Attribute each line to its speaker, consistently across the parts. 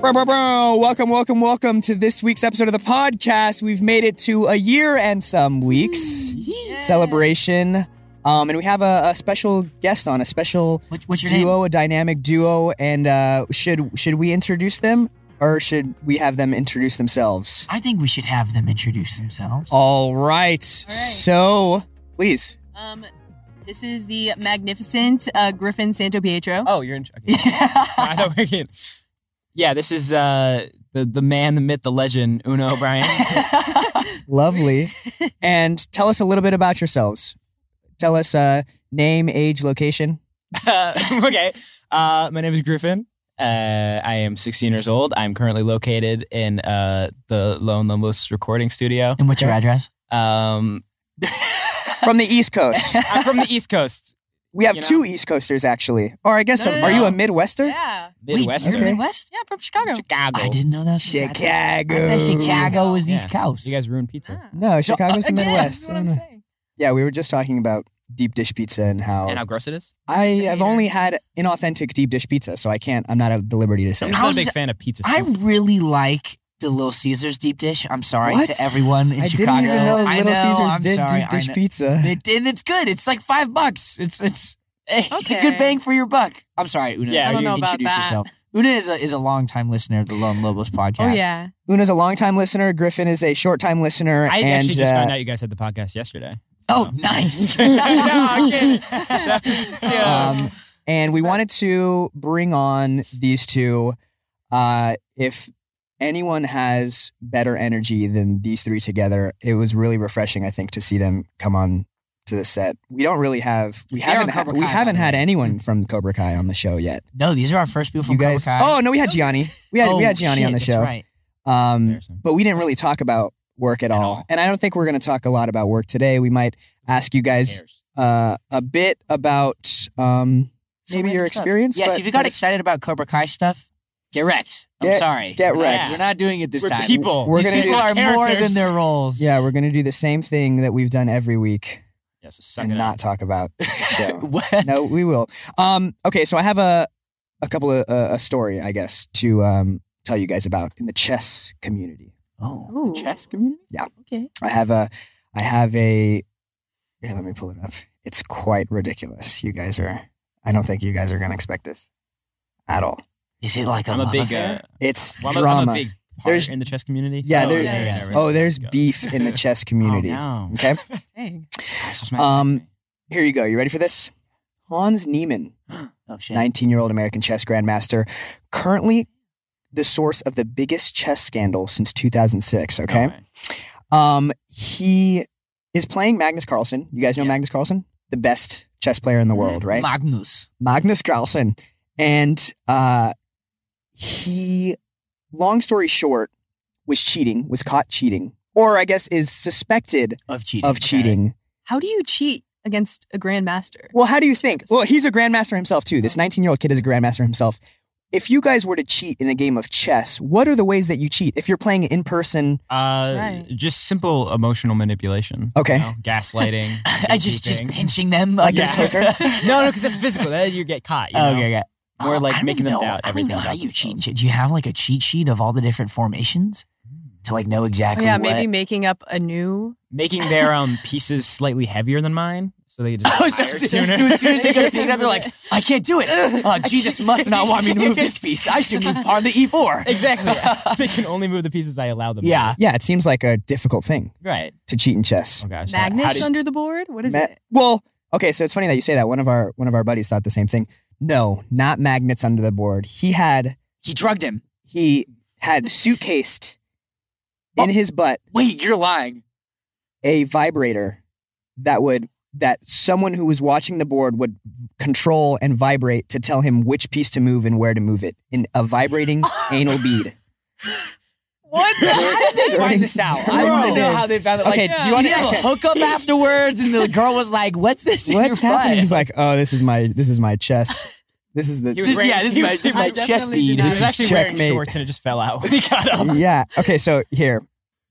Speaker 1: Bro, bro, bro. Welcome, welcome, welcome to this week's episode of the podcast. We've made it to a year and some weeks celebration. Um, and we have a, a special guest on, a special
Speaker 2: What, what's your name?
Speaker 1: duo, a dynamic duo. And uh, should should we introduce them or should we have them introduce themselves?
Speaker 2: I think we should have them introduce themselves.
Speaker 3: Oh.
Speaker 1: All right. So, please.
Speaker 3: Um, this is the magnificent uh, Griffin Santo Pietro.
Speaker 1: Oh, you're in.
Speaker 4: I don't think it- Yeah, this is uh, the the man, the myth, the legend, Una O'Brien.
Speaker 1: Lovely. and tell us a little bit about yourselves. Tell us uh, name, age, location.
Speaker 4: uh, okay, uh, my name is Griffin. Uh, I am 16 years old. I'm currently located in uh, the Lone Lombos recording studio.
Speaker 2: and what's your address?
Speaker 4: Um,
Speaker 1: From the East Coast.
Speaker 4: I'm from the East Coast,
Speaker 1: We have
Speaker 4: You know?
Speaker 1: two East Coasters, actually. Or I guess,
Speaker 3: No,
Speaker 1: a-
Speaker 3: no, no,
Speaker 1: are you
Speaker 3: no.
Speaker 1: a Midwester?
Speaker 3: Yeah,
Speaker 4: Midwest,
Speaker 2: Wait, you're
Speaker 1: Okay.
Speaker 2: Midwest?
Speaker 3: yeah, from Chicago.
Speaker 4: Chicago.
Speaker 2: I didn't know that. was- I
Speaker 1: Chicago.
Speaker 2: thought Chicago was
Speaker 4: Yeah.
Speaker 2: East Coast.
Speaker 4: You guys ruined pizza.
Speaker 3: Ah.
Speaker 1: No, Chicago's the
Speaker 2: again,
Speaker 1: Midwest.
Speaker 3: That's what
Speaker 1: I
Speaker 3: I'm
Speaker 1: don't know.
Speaker 3: saying.
Speaker 1: Yeah, we were just talking about deep dish pizza and how,
Speaker 4: And how gross it is.
Speaker 1: I
Speaker 3: It's a
Speaker 1: have
Speaker 3: hater.
Speaker 1: only had inauthentic deep dish pizza, so I can't. I'm not at the liberty to say.
Speaker 4: I'm
Speaker 1: it.
Speaker 4: just not
Speaker 2: was-
Speaker 4: a big fan of pizza.
Speaker 2: I
Speaker 4: soup.
Speaker 2: really like the Little Caesars deep dish. I'm sorry
Speaker 1: What?
Speaker 2: to everyone in
Speaker 1: I
Speaker 2: Chicago.
Speaker 1: didn't even know
Speaker 2: I
Speaker 1: Little
Speaker 2: know,
Speaker 1: Caesars
Speaker 2: I'm
Speaker 1: did
Speaker 2: sorry,
Speaker 1: deep
Speaker 2: I
Speaker 1: dish
Speaker 2: know.
Speaker 1: pizza.
Speaker 2: It, and it's good. It's like five bucks. It's it's it's a good
Speaker 3: Okay.
Speaker 2: bang for your buck. I'm sorry, Una.
Speaker 4: Yeah, I
Speaker 2: you
Speaker 3: don't know about
Speaker 2: introduce
Speaker 3: that.
Speaker 2: yourself. Una is a, is a long time listener of the Lone Lobos
Speaker 3: Oh
Speaker 2: podcast.
Speaker 3: yeah,
Speaker 1: Una's a long-time listener. Griffin is a short-time listener.
Speaker 4: I
Speaker 1: and,
Speaker 4: actually just
Speaker 1: uh,
Speaker 4: found out you guys had the podcast yesterday.
Speaker 2: Oh, nice.
Speaker 4: No, I'm kidding. That was
Speaker 2: Oh,
Speaker 4: a joke.
Speaker 1: Um, and we wanted to bring on these two. Uh, if anyone has better energy than these three together, it was really refreshing, I think, to see them come on to the set. We don't really have we
Speaker 2: They're on
Speaker 1: haven't ha-
Speaker 2: Cobra
Speaker 1: we
Speaker 2: Kai, by
Speaker 1: haven't
Speaker 2: the
Speaker 1: had
Speaker 2: way.
Speaker 1: anyone from Cobra Kai on the show yet.
Speaker 2: no, these are our first people from
Speaker 1: you guys?
Speaker 2: Cobra Kai.
Speaker 1: Oh no, we had Gianni. We had
Speaker 2: Oh,
Speaker 1: we had Gianni
Speaker 2: shit,
Speaker 1: on the
Speaker 2: that's
Speaker 1: show.
Speaker 2: right.
Speaker 1: Um,
Speaker 4: Embarrassing.
Speaker 1: but we didn't really talk about work at,
Speaker 4: At
Speaker 1: all.
Speaker 4: all.
Speaker 1: and I don't think we're going to talk a lot about work today. We might ask you guys
Speaker 4: Cares.
Speaker 1: uh, a bit about um,
Speaker 2: So
Speaker 1: maybe your
Speaker 2: stuff.
Speaker 1: experience.
Speaker 2: Yes,
Speaker 1: but-
Speaker 2: if you got
Speaker 1: but
Speaker 2: excited about Cobra Kai stuff, get wrecked. I'm
Speaker 1: Get-
Speaker 2: sorry.
Speaker 1: get
Speaker 2: We're not-
Speaker 4: wrecked.
Speaker 2: We're not doing it this
Speaker 4: We're
Speaker 2: time.
Speaker 4: people.
Speaker 1: We're
Speaker 2: These
Speaker 1: gonna
Speaker 2: people
Speaker 1: do-
Speaker 2: are more than their roles.
Speaker 1: Yeah, we're gonna do the same thing that we've done every week
Speaker 4: Yeah, so suck
Speaker 1: and
Speaker 4: it
Speaker 1: not
Speaker 4: up.
Speaker 1: talk about the show.
Speaker 2: What?
Speaker 1: no, we will. Um, okay, so I have a a couple of uh, a story, I guess, to um, tell you guys about in the chess community.
Speaker 2: Oh.
Speaker 3: Ooh.
Speaker 4: chess community.
Speaker 3: Okay,
Speaker 1: I have a I have a here. Let me pull it up. It's quite ridiculous. You guys are. I don't think you guys are gonna expect this at all.
Speaker 2: Is it like a
Speaker 4: I'm a
Speaker 2: love
Speaker 4: big.
Speaker 2: affair?
Speaker 4: Uh,
Speaker 1: It's
Speaker 4: well, I'm, a,
Speaker 1: drama.
Speaker 4: I'm a big. part
Speaker 1: There's-
Speaker 4: in the chess community.
Speaker 1: yeah,
Speaker 4: so-
Speaker 1: there-
Speaker 3: yeah, yeah,
Speaker 1: oh, there's beef in the chess community.
Speaker 4: Oh, no.
Speaker 1: Okay,
Speaker 3: dang.
Speaker 4: Gosh, that's
Speaker 1: Um,
Speaker 4: my-
Speaker 1: here you go. You ready for this? Hans Niemann.
Speaker 2: Oh shit.
Speaker 1: 19 year old American chess grandmaster, currently the source of the biggest chess scandal since 2006.
Speaker 4: no
Speaker 1: Okay.
Speaker 4: way.
Speaker 2: Oh,
Speaker 1: Um, he is playing Magnus Carlsen. You guys know
Speaker 2: Yeah. Mm-hmm.
Speaker 1: Magnus Carlsen? The best chess player in the world, right?
Speaker 2: Magnus.
Speaker 1: Magnus Carlsen. And uh, he, long story short, was cheating, was caught cheating, or I guess is suspected
Speaker 2: Of cheating.
Speaker 1: of cheating.
Speaker 3: How do you cheat against a grandmaster?
Speaker 1: Well, how do you think? Well, he's a grandmaster himself too.
Speaker 3: Mm-hmm.
Speaker 1: This 19-year-old kid is a grandmaster himself. If you guys were to cheat in a game of chess, what are the ways that you cheat? If you're playing in person,
Speaker 4: Uh,
Speaker 3: Right.
Speaker 4: just simple emotional manipulation.
Speaker 1: Okay.
Speaker 4: you know, gaslighting.
Speaker 2: I just just
Speaker 4: gatekeeping.
Speaker 2: pinching them
Speaker 1: Like
Speaker 2: under-
Speaker 1: a poker?
Speaker 4: no, no, because that's physical. That you get caught. You know?
Speaker 2: Okay, okay.
Speaker 4: More
Speaker 2: Oh,
Speaker 4: like
Speaker 2: I don't
Speaker 4: making them
Speaker 2: know.
Speaker 4: doubt everything
Speaker 2: I don't know how
Speaker 4: about
Speaker 2: you cheat.
Speaker 4: themselves.
Speaker 2: Do you have like a cheat sheet of all the different formations to like know
Speaker 3: Oh,
Speaker 2: exactly?
Speaker 3: yeah,
Speaker 2: what-
Speaker 3: maybe making up a new.
Speaker 4: Making their um pieces slightly heavier than mine, so they just
Speaker 2: Oh, so-
Speaker 4: tire
Speaker 2: so-
Speaker 4: sooner.
Speaker 2: as soon as they go to pick it up, they're like, I can't do it. Uh, Jesus must not want me to move this piece. I should move pawn to e4.
Speaker 4: exactly. they can only move the pieces I allow them. to.
Speaker 2: Yeah.
Speaker 1: yeah, it seems like a difficult thing
Speaker 4: Right.
Speaker 1: to cheat in chess.
Speaker 4: Oh gosh. how- how
Speaker 3: Magnus
Speaker 4: do you-
Speaker 3: under the board? What is
Speaker 1: Ma-
Speaker 3: it?
Speaker 1: Well, okay, so it's funny that you say that. One of our one of our buddies thought the same thing. No, not magnets under the board. He had
Speaker 2: He drugged him.
Speaker 1: he had suitcased in
Speaker 2: Oh.
Speaker 1: his butt
Speaker 2: Wait, you're lying.
Speaker 1: a vibrator that would that someone who was watching the board would control and vibrate to tell him which piece to move and where to move it in a vibrating anal bead.
Speaker 2: What? How did they
Speaker 1: During-
Speaker 2: find this out? I want to know
Speaker 1: Bro.
Speaker 2: how they found it. Like,
Speaker 1: Okay,
Speaker 2: okay,
Speaker 1: do you
Speaker 2: do you
Speaker 1: wanna-
Speaker 2: have a hookup afterwards? And the girl was like, "What's this?" in your
Speaker 1: What's
Speaker 2: butt?"
Speaker 1: happening? He's like, "Oh, this is my this is my chest. This is
Speaker 4: He
Speaker 1: the
Speaker 4: was
Speaker 2: This,
Speaker 4: wearing-
Speaker 2: yeah, this
Speaker 4: he
Speaker 2: is my,
Speaker 4: was-
Speaker 2: this is my
Speaker 3: definitely
Speaker 2: chest bead.
Speaker 3: denied.
Speaker 4: He was
Speaker 2: This is
Speaker 4: actually
Speaker 1: Checkmate.
Speaker 4: wearing shorts and it just fell out when he got up.
Speaker 1: yeah." Okay, so here,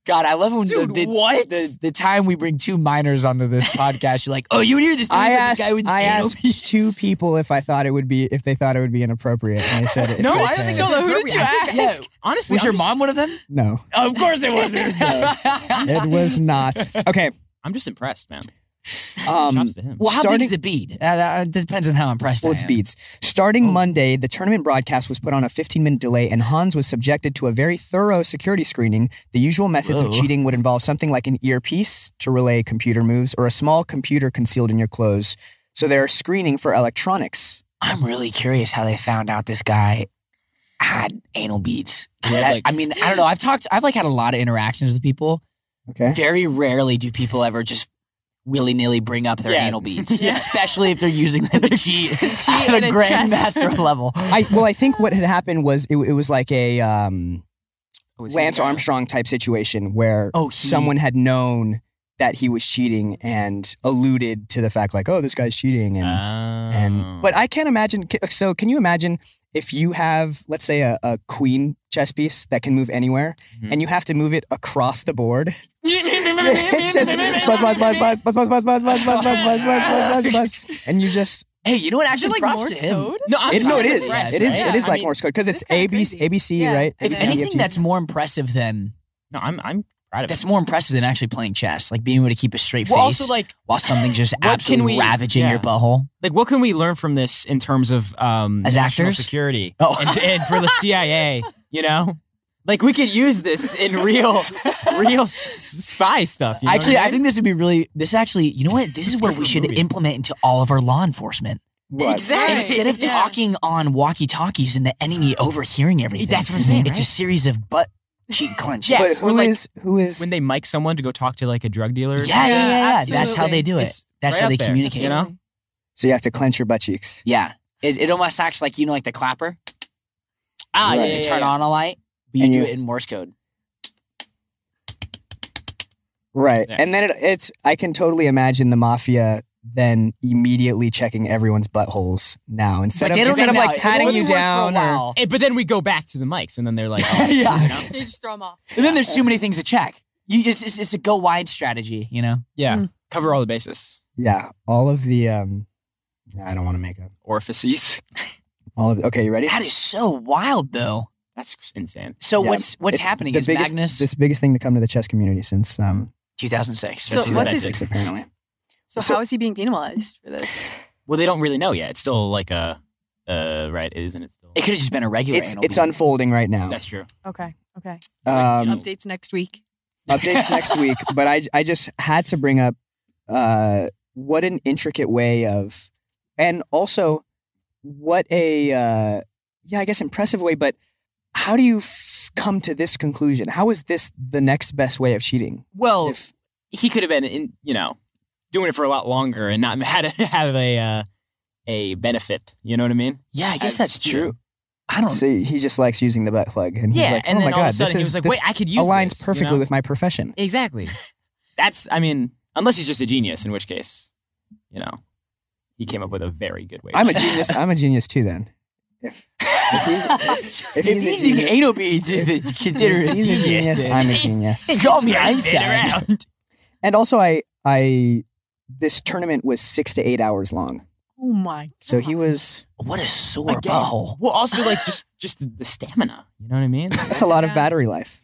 Speaker 2: God, I love when
Speaker 4: Dude,
Speaker 2: the, the,
Speaker 4: what?
Speaker 2: the the time we bring two minors onto this podcast. You're like, oh, you hear this? Dude
Speaker 1: I
Speaker 2: with the
Speaker 1: asked
Speaker 2: guy with
Speaker 1: I
Speaker 2: anal
Speaker 1: asked
Speaker 2: beads?"
Speaker 1: two people if I thought it would be if they thought it would be inappropriate. And I said it.
Speaker 4: No,
Speaker 1: so
Speaker 4: I
Speaker 1: it's
Speaker 4: don't think
Speaker 1: a-
Speaker 4: so.
Speaker 3: Solo, who did you ask?
Speaker 2: Yeah.
Speaker 4: Honestly,
Speaker 2: Was
Speaker 4: I'm
Speaker 2: your
Speaker 4: just-
Speaker 2: mom one of them?
Speaker 1: No,
Speaker 2: Of course it wasn't.
Speaker 1: it was not. Okay.
Speaker 4: I'm just impressed, man.
Speaker 1: Um,
Speaker 4: Chops to him.
Speaker 2: well, how big
Speaker 1: Starting-
Speaker 2: is the bead? Uh, that depends on how impressed
Speaker 1: Well,
Speaker 2: I
Speaker 1: it's
Speaker 2: am.
Speaker 1: beats. Starting
Speaker 2: Oh.
Speaker 1: Monday, the tournament broadcast was put on a 15 minute delay, and Hans was subjected to a very thorough security screening. The usual methods of
Speaker 2: Whoa.
Speaker 1: cheating would involve something like an earpiece to relay computer moves or a small computer concealed in your clothes. So they're screening for electronics.
Speaker 2: I'm really curious how they found out this guy had anal beads. 'Cause
Speaker 4: Yeah,
Speaker 2: that-
Speaker 4: like-
Speaker 2: I mean, I don't know. I've talked. I've like had a lot of interactions with people.
Speaker 1: Okay.
Speaker 2: Very rarely do people ever just willy nilly bring up their
Speaker 4: Yeah.
Speaker 2: anal beads, especially if they're using them to cheat at
Speaker 3: in
Speaker 2: a
Speaker 3: a
Speaker 2: grandmaster level.
Speaker 1: I, well, I think what had happened was it, it was like a um,
Speaker 4: Oh, is he-
Speaker 1: Lance Armstrong type situation where
Speaker 2: uh, Oh, he-
Speaker 1: someone had known that he was cheating and alluded to the fact, like, oh, this guy's cheating. And
Speaker 4: Oh.
Speaker 1: And but I can't imagine. c- So can you imagine if you have, let's say, a, a queen chess piece that can move anywhere,
Speaker 4: Mhm.
Speaker 1: and you have to move it across the board? It's just buzz, buzz, buzz, buzz, buzz, buzz, buzz, buzz, buzz, buzz, buzz, buzz, buzz, buzz, buzz, and you just
Speaker 2: Hey, you know what?
Speaker 3: Is it like
Speaker 2: Actually, props
Speaker 3: Morse
Speaker 2: to him.
Speaker 3: code?
Speaker 4: no, I'm
Speaker 1: it, no, it
Speaker 4: I'm
Speaker 1: is,
Speaker 4: impressed,
Speaker 1: it is,
Speaker 4: right?
Speaker 1: it is
Speaker 4: I
Speaker 1: like
Speaker 4: mean,
Speaker 1: Morse code because
Speaker 3: it's
Speaker 1: it's
Speaker 3: kinda
Speaker 1: ABC,
Speaker 3: crazy.
Speaker 1: ABC,
Speaker 3: Yeah.
Speaker 1: right?
Speaker 2: If
Speaker 3: Yeah.
Speaker 1: ABC,
Speaker 2: anything,
Speaker 1: FG.
Speaker 2: that's more impressive than
Speaker 4: No, I'm I'm proud of it.
Speaker 2: that's more impressive than actually playing chess, like being able to keep a straight
Speaker 4: Well,
Speaker 2: face
Speaker 4: also like
Speaker 2: while something just
Speaker 4: can
Speaker 2: absolutely
Speaker 4: we-
Speaker 2: ravaging
Speaker 4: yeah.
Speaker 2: your butthole.
Speaker 4: like what can we learn from this in terms of um
Speaker 2: As
Speaker 4: national
Speaker 2: actors?
Speaker 4: security
Speaker 2: Oh.
Speaker 4: and, and for the CIA you know like we could use this in real real s- spy stuff you know what
Speaker 2: actually, I
Speaker 4: mean?
Speaker 2: think this would be really. This actually, you know what? This is
Speaker 4: great
Speaker 2: what we
Speaker 4: for a
Speaker 2: should
Speaker 4: movie.
Speaker 2: implement into all of our law enforcement.
Speaker 1: What?
Speaker 4: exactly
Speaker 2: Instead of
Speaker 3: Yeah.
Speaker 2: talking on walkie talkies and the enemy overhearing everything,
Speaker 4: That's what I'm saying,
Speaker 2: It's a
Speaker 4: right?
Speaker 2: series of butt cheek clenches.
Speaker 4: Yes,
Speaker 1: But
Speaker 4: we're
Speaker 1: who
Speaker 4: like-
Speaker 1: is who is
Speaker 4: when they mic someone to go talk to like a drug dealer or
Speaker 3: Yeah,
Speaker 2: yeah, yeah, yeah. yeah. That's
Speaker 3: absolutely.
Speaker 2: how they do it.
Speaker 4: It's
Speaker 2: That's
Speaker 4: right
Speaker 2: how
Speaker 4: up
Speaker 2: they
Speaker 4: there,
Speaker 2: communicate.
Speaker 4: you know?
Speaker 1: So you have to clench your butt cheeks.
Speaker 2: Yeah, it, it almost acts like you know, like the clapper. Ah,
Speaker 1: Right.
Speaker 2: you have to
Speaker 4: Yeah, yeah,
Speaker 2: turn
Speaker 4: yeah.
Speaker 2: on a light, but you
Speaker 1: And
Speaker 2: do
Speaker 1: you-
Speaker 2: it in Morse code.
Speaker 1: Right.
Speaker 4: Yeah.
Speaker 1: And then it, it's I can totally imagine the mafia then immediately checking everyone's buttholes now instead
Speaker 2: but
Speaker 1: of
Speaker 2: they don't
Speaker 1: instead of
Speaker 2: even know.
Speaker 1: like
Speaker 2: It
Speaker 1: patting
Speaker 2: only
Speaker 1: you
Speaker 2: worked for a
Speaker 1: down or
Speaker 2: while.
Speaker 4: Eh, but then we go back to the mics and then they're like oh,
Speaker 2: Yeah.
Speaker 4: you know?
Speaker 3: They just throw them off.
Speaker 2: And then there's too many things to check. You, it's, it's, it's a go wide strategy, you know.
Speaker 4: yeah
Speaker 3: Mm.
Speaker 4: cover all the bases
Speaker 1: yeah, all of the um I don't want to make up.
Speaker 4: orifices
Speaker 1: All of okay, you ready?
Speaker 2: That is so wild, though.
Speaker 4: that's insane
Speaker 2: So
Speaker 1: Yeah,
Speaker 2: what's what's
Speaker 1: It's
Speaker 2: happening
Speaker 1: the
Speaker 2: is
Speaker 1: biggest,
Speaker 2: Magnus
Speaker 1: this biggest thing to come to the chess community since um
Speaker 2: 2006.
Speaker 3: So
Speaker 4: That's
Speaker 3: what's his-
Speaker 1: 2006, apparently.
Speaker 3: So,
Speaker 1: So-
Speaker 3: how is he being penalized for this?
Speaker 4: well they don't really know yet it's still like a uh right isn't it still
Speaker 2: It could have just been a regular.
Speaker 1: It's
Speaker 2: anal
Speaker 1: it's
Speaker 2: bead.
Speaker 1: unfolding right now.
Speaker 4: that's true
Speaker 3: Okay. Okay.
Speaker 1: Um,
Speaker 3: Updates next week.
Speaker 1: updates next week, but I I just had to bring up uh what an intricate way of and also what a uh yeah, I guess impressive way, but how do you f- come to this conclusion? How is this the next best way of cheating?
Speaker 4: well
Speaker 1: If-
Speaker 4: he could have been in you know doing it for a lot longer and not had to have a uh, a benefit you know what i mean
Speaker 2: Yeah, I
Speaker 4: As
Speaker 2: guess that's
Speaker 4: student.
Speaker 2: true. I don't.
Speaker 1: So he just likes using the butt plug, and he's
Speaker 4: yeah
Speaker 1: like, "Oh
Speaker 4: and
Speaker 1: my
Speaker 4: then all
Speaker 1: god,
Speaker 4: of
Speaker 1: this
Speaker 4: a sudden he
Speaker 1: is
Speaker 4: was like
Speaker 1: this
Speaker 4: wait i could use
Speaker 1: aligns
Speaker 4: this," you
Speaker 1: perfectly
Speaker 4: know?
Speaker 1: with my profession."
Speaker 4: exactly that's i mean unless he's just a genius in which case you know he came up with a very good way to
Speaker 1: I'm a
Speaker 4: cheat.
Speaker 1: genius. I'm a genius too. Then, if, if he's,
Speaker 2: if
Speaker 1: if he's a
Speaker 2: eating
Speaker 1: genius-
Speaker 2: anal beads is considered
Speaker 1: if
Speaker 2: a
Speaker 1: he's a genius,
Speaker 2: genius,
Speaker 1: I'm a
Speaker 2: then-
Speaker 1: genius.
Speaker 2: Call me
Speaker 4: Turn it
Speaker 2: Einstein.
Speaker 4: around.
Speaker 1: And also, I I this tournament was six to eight hours long,
Speaker 3: Oh my.
Speaker 1: so he was.
Speaker 2: What a sore
Speaker 4: Again.
Speaker 2: butthole.
Speaker 4: well also like just just the- the stamina you know what i mean
Speaker 1: That's a lot of
Speaker 3: Yeah.
Speaker 1: battery life.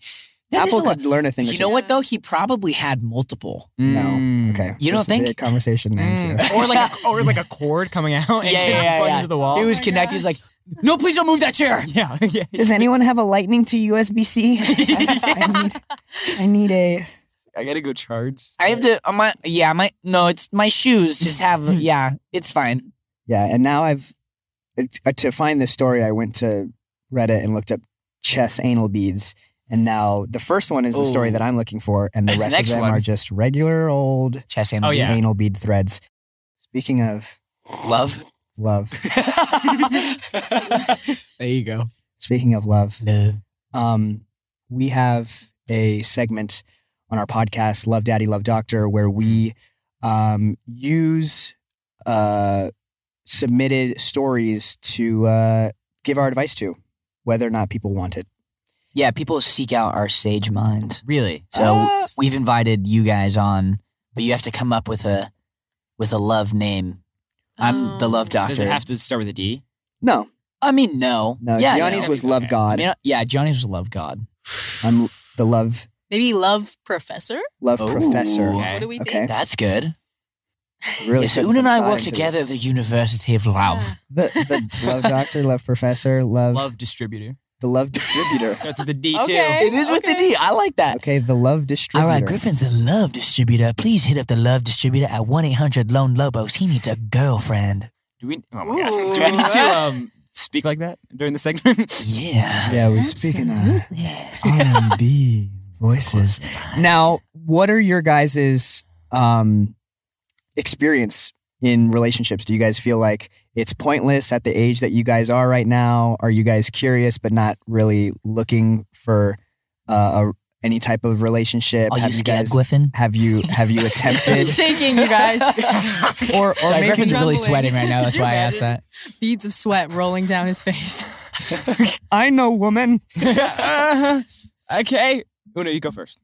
Speaker 2: That is
Speaker 1: Apple
Speaker 2: a lot.
Speaker 1: could learn a thing. or
Speaker 2: You
Speaker 1: two.
Speaker 2: know what though? He probably had multiple.
Speaker 1: No.
Speaker 4: Mm.
Speaker 1: Okay.
Speaker 2: You don't
Speaker 1: this is
Speaker 2: think?
Speaker 1: the conversation ends
Speaker 4: Mm.
Speaker 1: here.
Speaker 4: or like a, or like a cord coming out and
Speaker 2: Yeah, yeah,
Speaker 4: getting
Speaker 2: yeah,
Speaker 4: plugged
Speaker 2: yeah.
Speaker 4: into the wall
Speaker 2: It was
Speaker 3: Oh my
Speaker 2: connected. He's like, no, please don't move that chair.
Speaker 4: yeah yeah
Speaker 1: Does anyone have a lightning to USB C? I, I need, I need a.
Speaker 4: i gotta go charge
Speaker 2: I have to. uh, My yeah, my no, it's my shoes. Just have yeah, it's fine.
Speaker 1: Yeah, and now I've uh, to find this story. I went to Reddit and looked up chess anal beads, and now the first one is the story
Speaker 2: Ooh.
Speaker 1: that I'm looking for, and the
Speaker 2: The
Speaker 1: rest
Speaker 2: next
Speaker 1: of them
Speaker 2: one.
Speaker 1: are just regular old
Speaker 2: Chess anal.
Speaker 4: Oh, yeah.
Speaker 1: anal bead threads. Speaking of
Speaker 2: beads. love.
Speaker 1: love,
Speaker 2: there you go.
Speaker 1: speaking of love,
Speaker 2: Love.
Speaker 1: um, we have a segment on our podcast, Love Daddy, Love Doctor, where we um, use uh, submitted stories to uh, give our advice to, whether or not people want it.
Speaker 2: Yeah, people seek out our sage minds.
Speaker 4: really
Speaker 2: So
Speaker 1: Uh,
Speaker 2: we've invited you guys on, but you have to come up with a with a love name I'm
Speaker 3: Oh.
Speaker 2: the love doctor.
Speaker 4: Um, Does it have to start with a D?
Speaker 1: No,
Speaker 2: I mean, no.
Speaker 1: no.
Speaker 2: yeah,
Speaker 1: Gianni's
Speaker 2: no.
Speaker 1: was love
Speaker 4: Okay.
Speaker 2: I
Speaker 1: god.
Speaker 2: mean, uh, yeah, Johnny's was a love god.
Speaker 1: I'm the love
Speaker 3: Maybe love professor.
Speaker 1: love
Speaker 2: Ooh.
Speaker 1: professor.
Speaker 4: Okay.
Speaker 3: What do we
Speaker 1: Okay.
Speaker 3: think?
Speaker 2: That's good.
Speaker 1: Really,
Speaker 2: Yes,
Speaker 1: put
Speaker 2: Oon
Speaker 1: some
Speaker 2: and I
Speaker 1: thought
Speaker 2: work
Speaker 1: into
Speaker 2: together at
Speaker 1: this.
Speaker 2: the University of Love.
Speaker 3: Yeah.
Speaker 1: The, the love doctor, love professor, love,
Speaker 4: Love distributor.
Speaker 1: the love distributor.
Speaker 4: Starts with a D
Speaker 3: Okay.
Speaker 4: too.
Speaker 2: It is with the
Speaker 3: Okay.
Speaker 2: D. I like that.
Speaker 1: Okay, the love distributor.
Speaker 2: All right, Griffin's a love distributor. Please hit up the love distributor at 1 800 Lone Lobos. He needs a girlfriend.
Speaker 4: Do we? Oh my gosh. Do I need to um speak like that during the segment?
Speaker 2: Yeah.
Speaker 1: Yeah, we speaking of
Speaker 2: Yeah.
Speaker 1: R&B voices. Now, what are your guys's um, experience in relationships? Do you guys feel like it's pointless at the age that you guys are right now? Are you guys curious but not really looking for uh, a, any type of relationship?
Speaker 2: Are you
Speaker 1: have you
Speaker 2: scared,
Speaker 1: guys?
Speaker 2: Griffin?
Speaker 1: Have you have you attempted
Speaker 3: Shaking, you guys.
Speaker 1: or or
Speaker 2: Sorry,
Speaker 1: maybe
Speaker 2: Griffin's
Speaker 3: Trembling.
Speaker 2: really sweating right now. That's
Speaker 3: Could you
Speaker 2: why I asked that.
Speaker 3: imagine? Beads of sweat rolling down his face.
Speaker 1: I know woman
Speaker 4: uh, okay. Uno, you go first.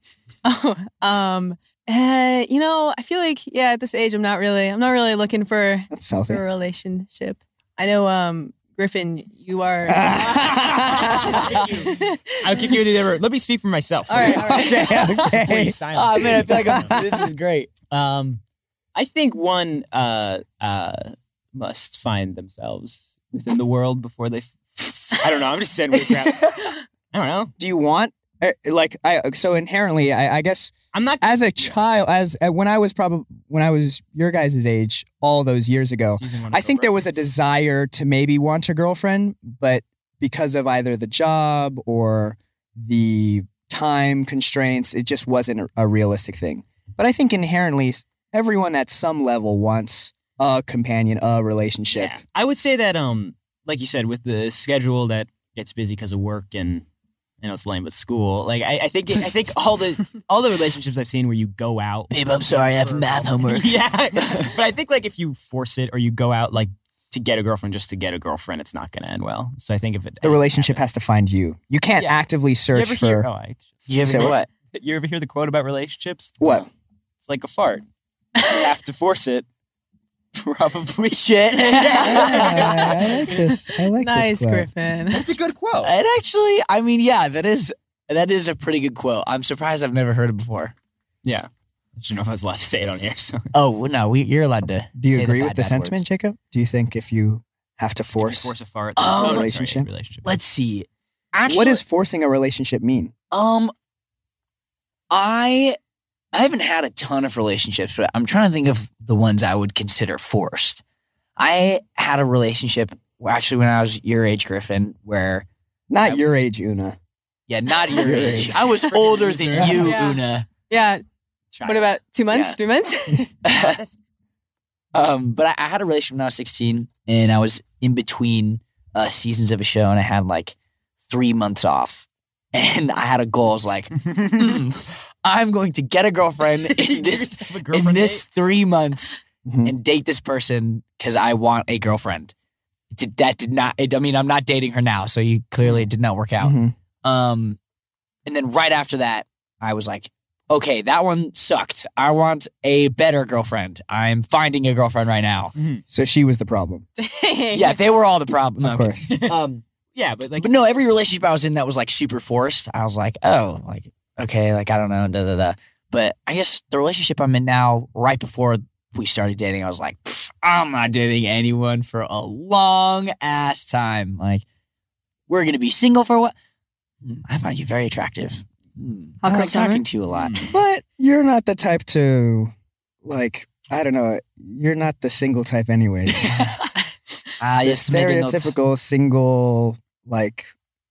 Speaker 3: Oh, um, uh, you know, I feel like yeah, at this age, I'm not really, I'm not really looking for,
Speaker 1: that's Southie.
Speaker 3: for a relationship. I know, um, Griffin, you are.
Speaker 4: I'll kick you into the river. Let me speak for myself.
Speaker 3: All right, all right.
Speaker 1: okay,
Speaker 4: Before you
Speaker 1: okay.
Speaker 4: silence
Speaker 2: Oh,
Speaker 4: me.
Speaker 2: man, I feel like I'm, this is great. Um,
Speaker 4: I think one uh, uh, must find themselves within the world before they. F- I don't know. I'm just saying weird crap. I don't know.
Speaker 1: Do you want uh, like I so inherently I, I guess
Speaker 4: I'm not.
Speaker 1: as a child as uh, when I was probably when I was your guys' age all those years ago I think there was a desire to maybe want a girlfriend but because of either the job or the time constraints it just wasn't a- a realistic thing but I think inherently s- everyone at some level wants a companion a relationship
Speaker 4: Yeah. I would say that, um, like you said, with the schedule that gets busy because of work and I know it's lame, but school. Like I, I think, I think all the all the relationships I've seen where you go out.
Speaker 2: babe, I'm sorry. I have math homework.
Speaker 4: yeah, but I think like if you force it or you go out like to get a girlfriend just to get a girlfriend, it's not going to end well. So I think if it
Speaker 1: the relationship has to find you you can't
Speaker 4: Yeah.
Speaker 1: actively
Speaker 4: you
Speaker 1: search
Speaker 4: ever
Speaker 1: for
Speaker 4: hear, oh, I,
Speaker 2: You ever
Speaker 1: So
Speaker 2: know
Speaker 1: what?
Speaker 2: what?
Speaker 4: you ever hear the quote about relationships?
Speaker 1: What?
Speaker 4: It's like a fart. you have to force it. Probably.
Speaker 2: Shit.
Speaker 1: Yeah, I like this. I like
Speaker 3: nice,
Speaker 1: this. quote.
Speaker 3: Griffin.
Speaker 4: That's a good quote.
Speaker 2: And actually, I mean, yeah, that is that is a pretty good quote. I'm surprised I've never heard it before.
Speaker 4: Yeah. I don't know if I was allowed to say it on here. So
Speaker 2: Oh well, no, we, you're allowed to.
Speaker 1: Do you
Speaker 2: say
Speaker 1: agree
Speaker 2: bad,
Speaker 1: with the
Speaker 2: bad
Speaker 1: sentiment,
Speaker 2: words.
Speaker 1: Jacob? Do you think if you have to force,
Speaker 4: force a fart.
Speaker 2: Oh,
Speaker 4: sorry,
Speaker 1: relationship.
Speaker 4: relationship.
Speaker 2: Let's see. Actually,
Speaker 1: what does forcing a relationship mean?
Speaker 2: um, I I haven't had a ton of relationships, but I'm trying to think of the ones I would consider forced. I had a relationship well, actually when I was your age, Griffin, where
Speaker 1: Not
Speaker 4: I
Speaker 1: your
Speaker 4: was-
Speaker 1: age, Una.
Speaker 2: yeah, not your
Speaker 1: Your
Speaker 2: age.
Speaker 1: age.
Speaker 2: I was older than
Speaker 4: Freaking
Speaker 2: you,
Speaker 3: loser.
Speaker 2: Una.
Speaker 3: yeah.
Speaker 4: Child.
Speaker 3: What about two months?
Speaker 2: Yeah.
Speaker 3: Three months?
Speaker 2: Um, but I, I had a relationship when I was 16, and I was in between uh, seasons of a show, and I had like three months off. And I had a goal. I was like, "Mm, I'm going to get a girlfriend in this
Speaker 4: Yourself a
Speaker 2: in
Speaker 4: girlfriend
Speaker 2: this three months
Speaker 1: Mhm.
Speaker 2: and date this person because I want a girlfriend. It did- that did not. It, I mean, I'm not dating her now, so you clearly it did not work out.
Speaker 1: Mhm.
Speaker 2: Um, and then right after that, I was like, okay, that one sucked. I want a better girlfriend. I'm finding a girlfriend right now.
Speaker 1: So she was the problem,
Speaker 3: Dang.
Speaker 2: Yeah, they were all the problem.
Speaker 1: of
Speaker 2: No,
Speaker 1: course.
Speaker 2: okay. Um,
Speaker 4: Yeah, but like
Speaker 2: but no, every relationship I was in that was like super forced. I was like, oh, like okay, like I don't know, da da da. But I guess the relationship I'm in now, right before we started dating, I was like, "Pff, I'm not dating anyone for a long ass time. Like, we're gonna be single for what? I find you very attractive. Hmm,
Speaker 3: How
Speaker 2: I
Speaker 3: come,
Speaker 2: like
Speaker 3: Summer?
Speaker 2: talking to you a lot.
Speaker 4: Hmm.
Speaker 1: but you're not the type to, like, I don't know. You're not the single type, anyway.
Speaker 2: Ah,
Speaker 1: the
Speaker 2: yes, maybe not.
Speaker 1: stereotypical single, like,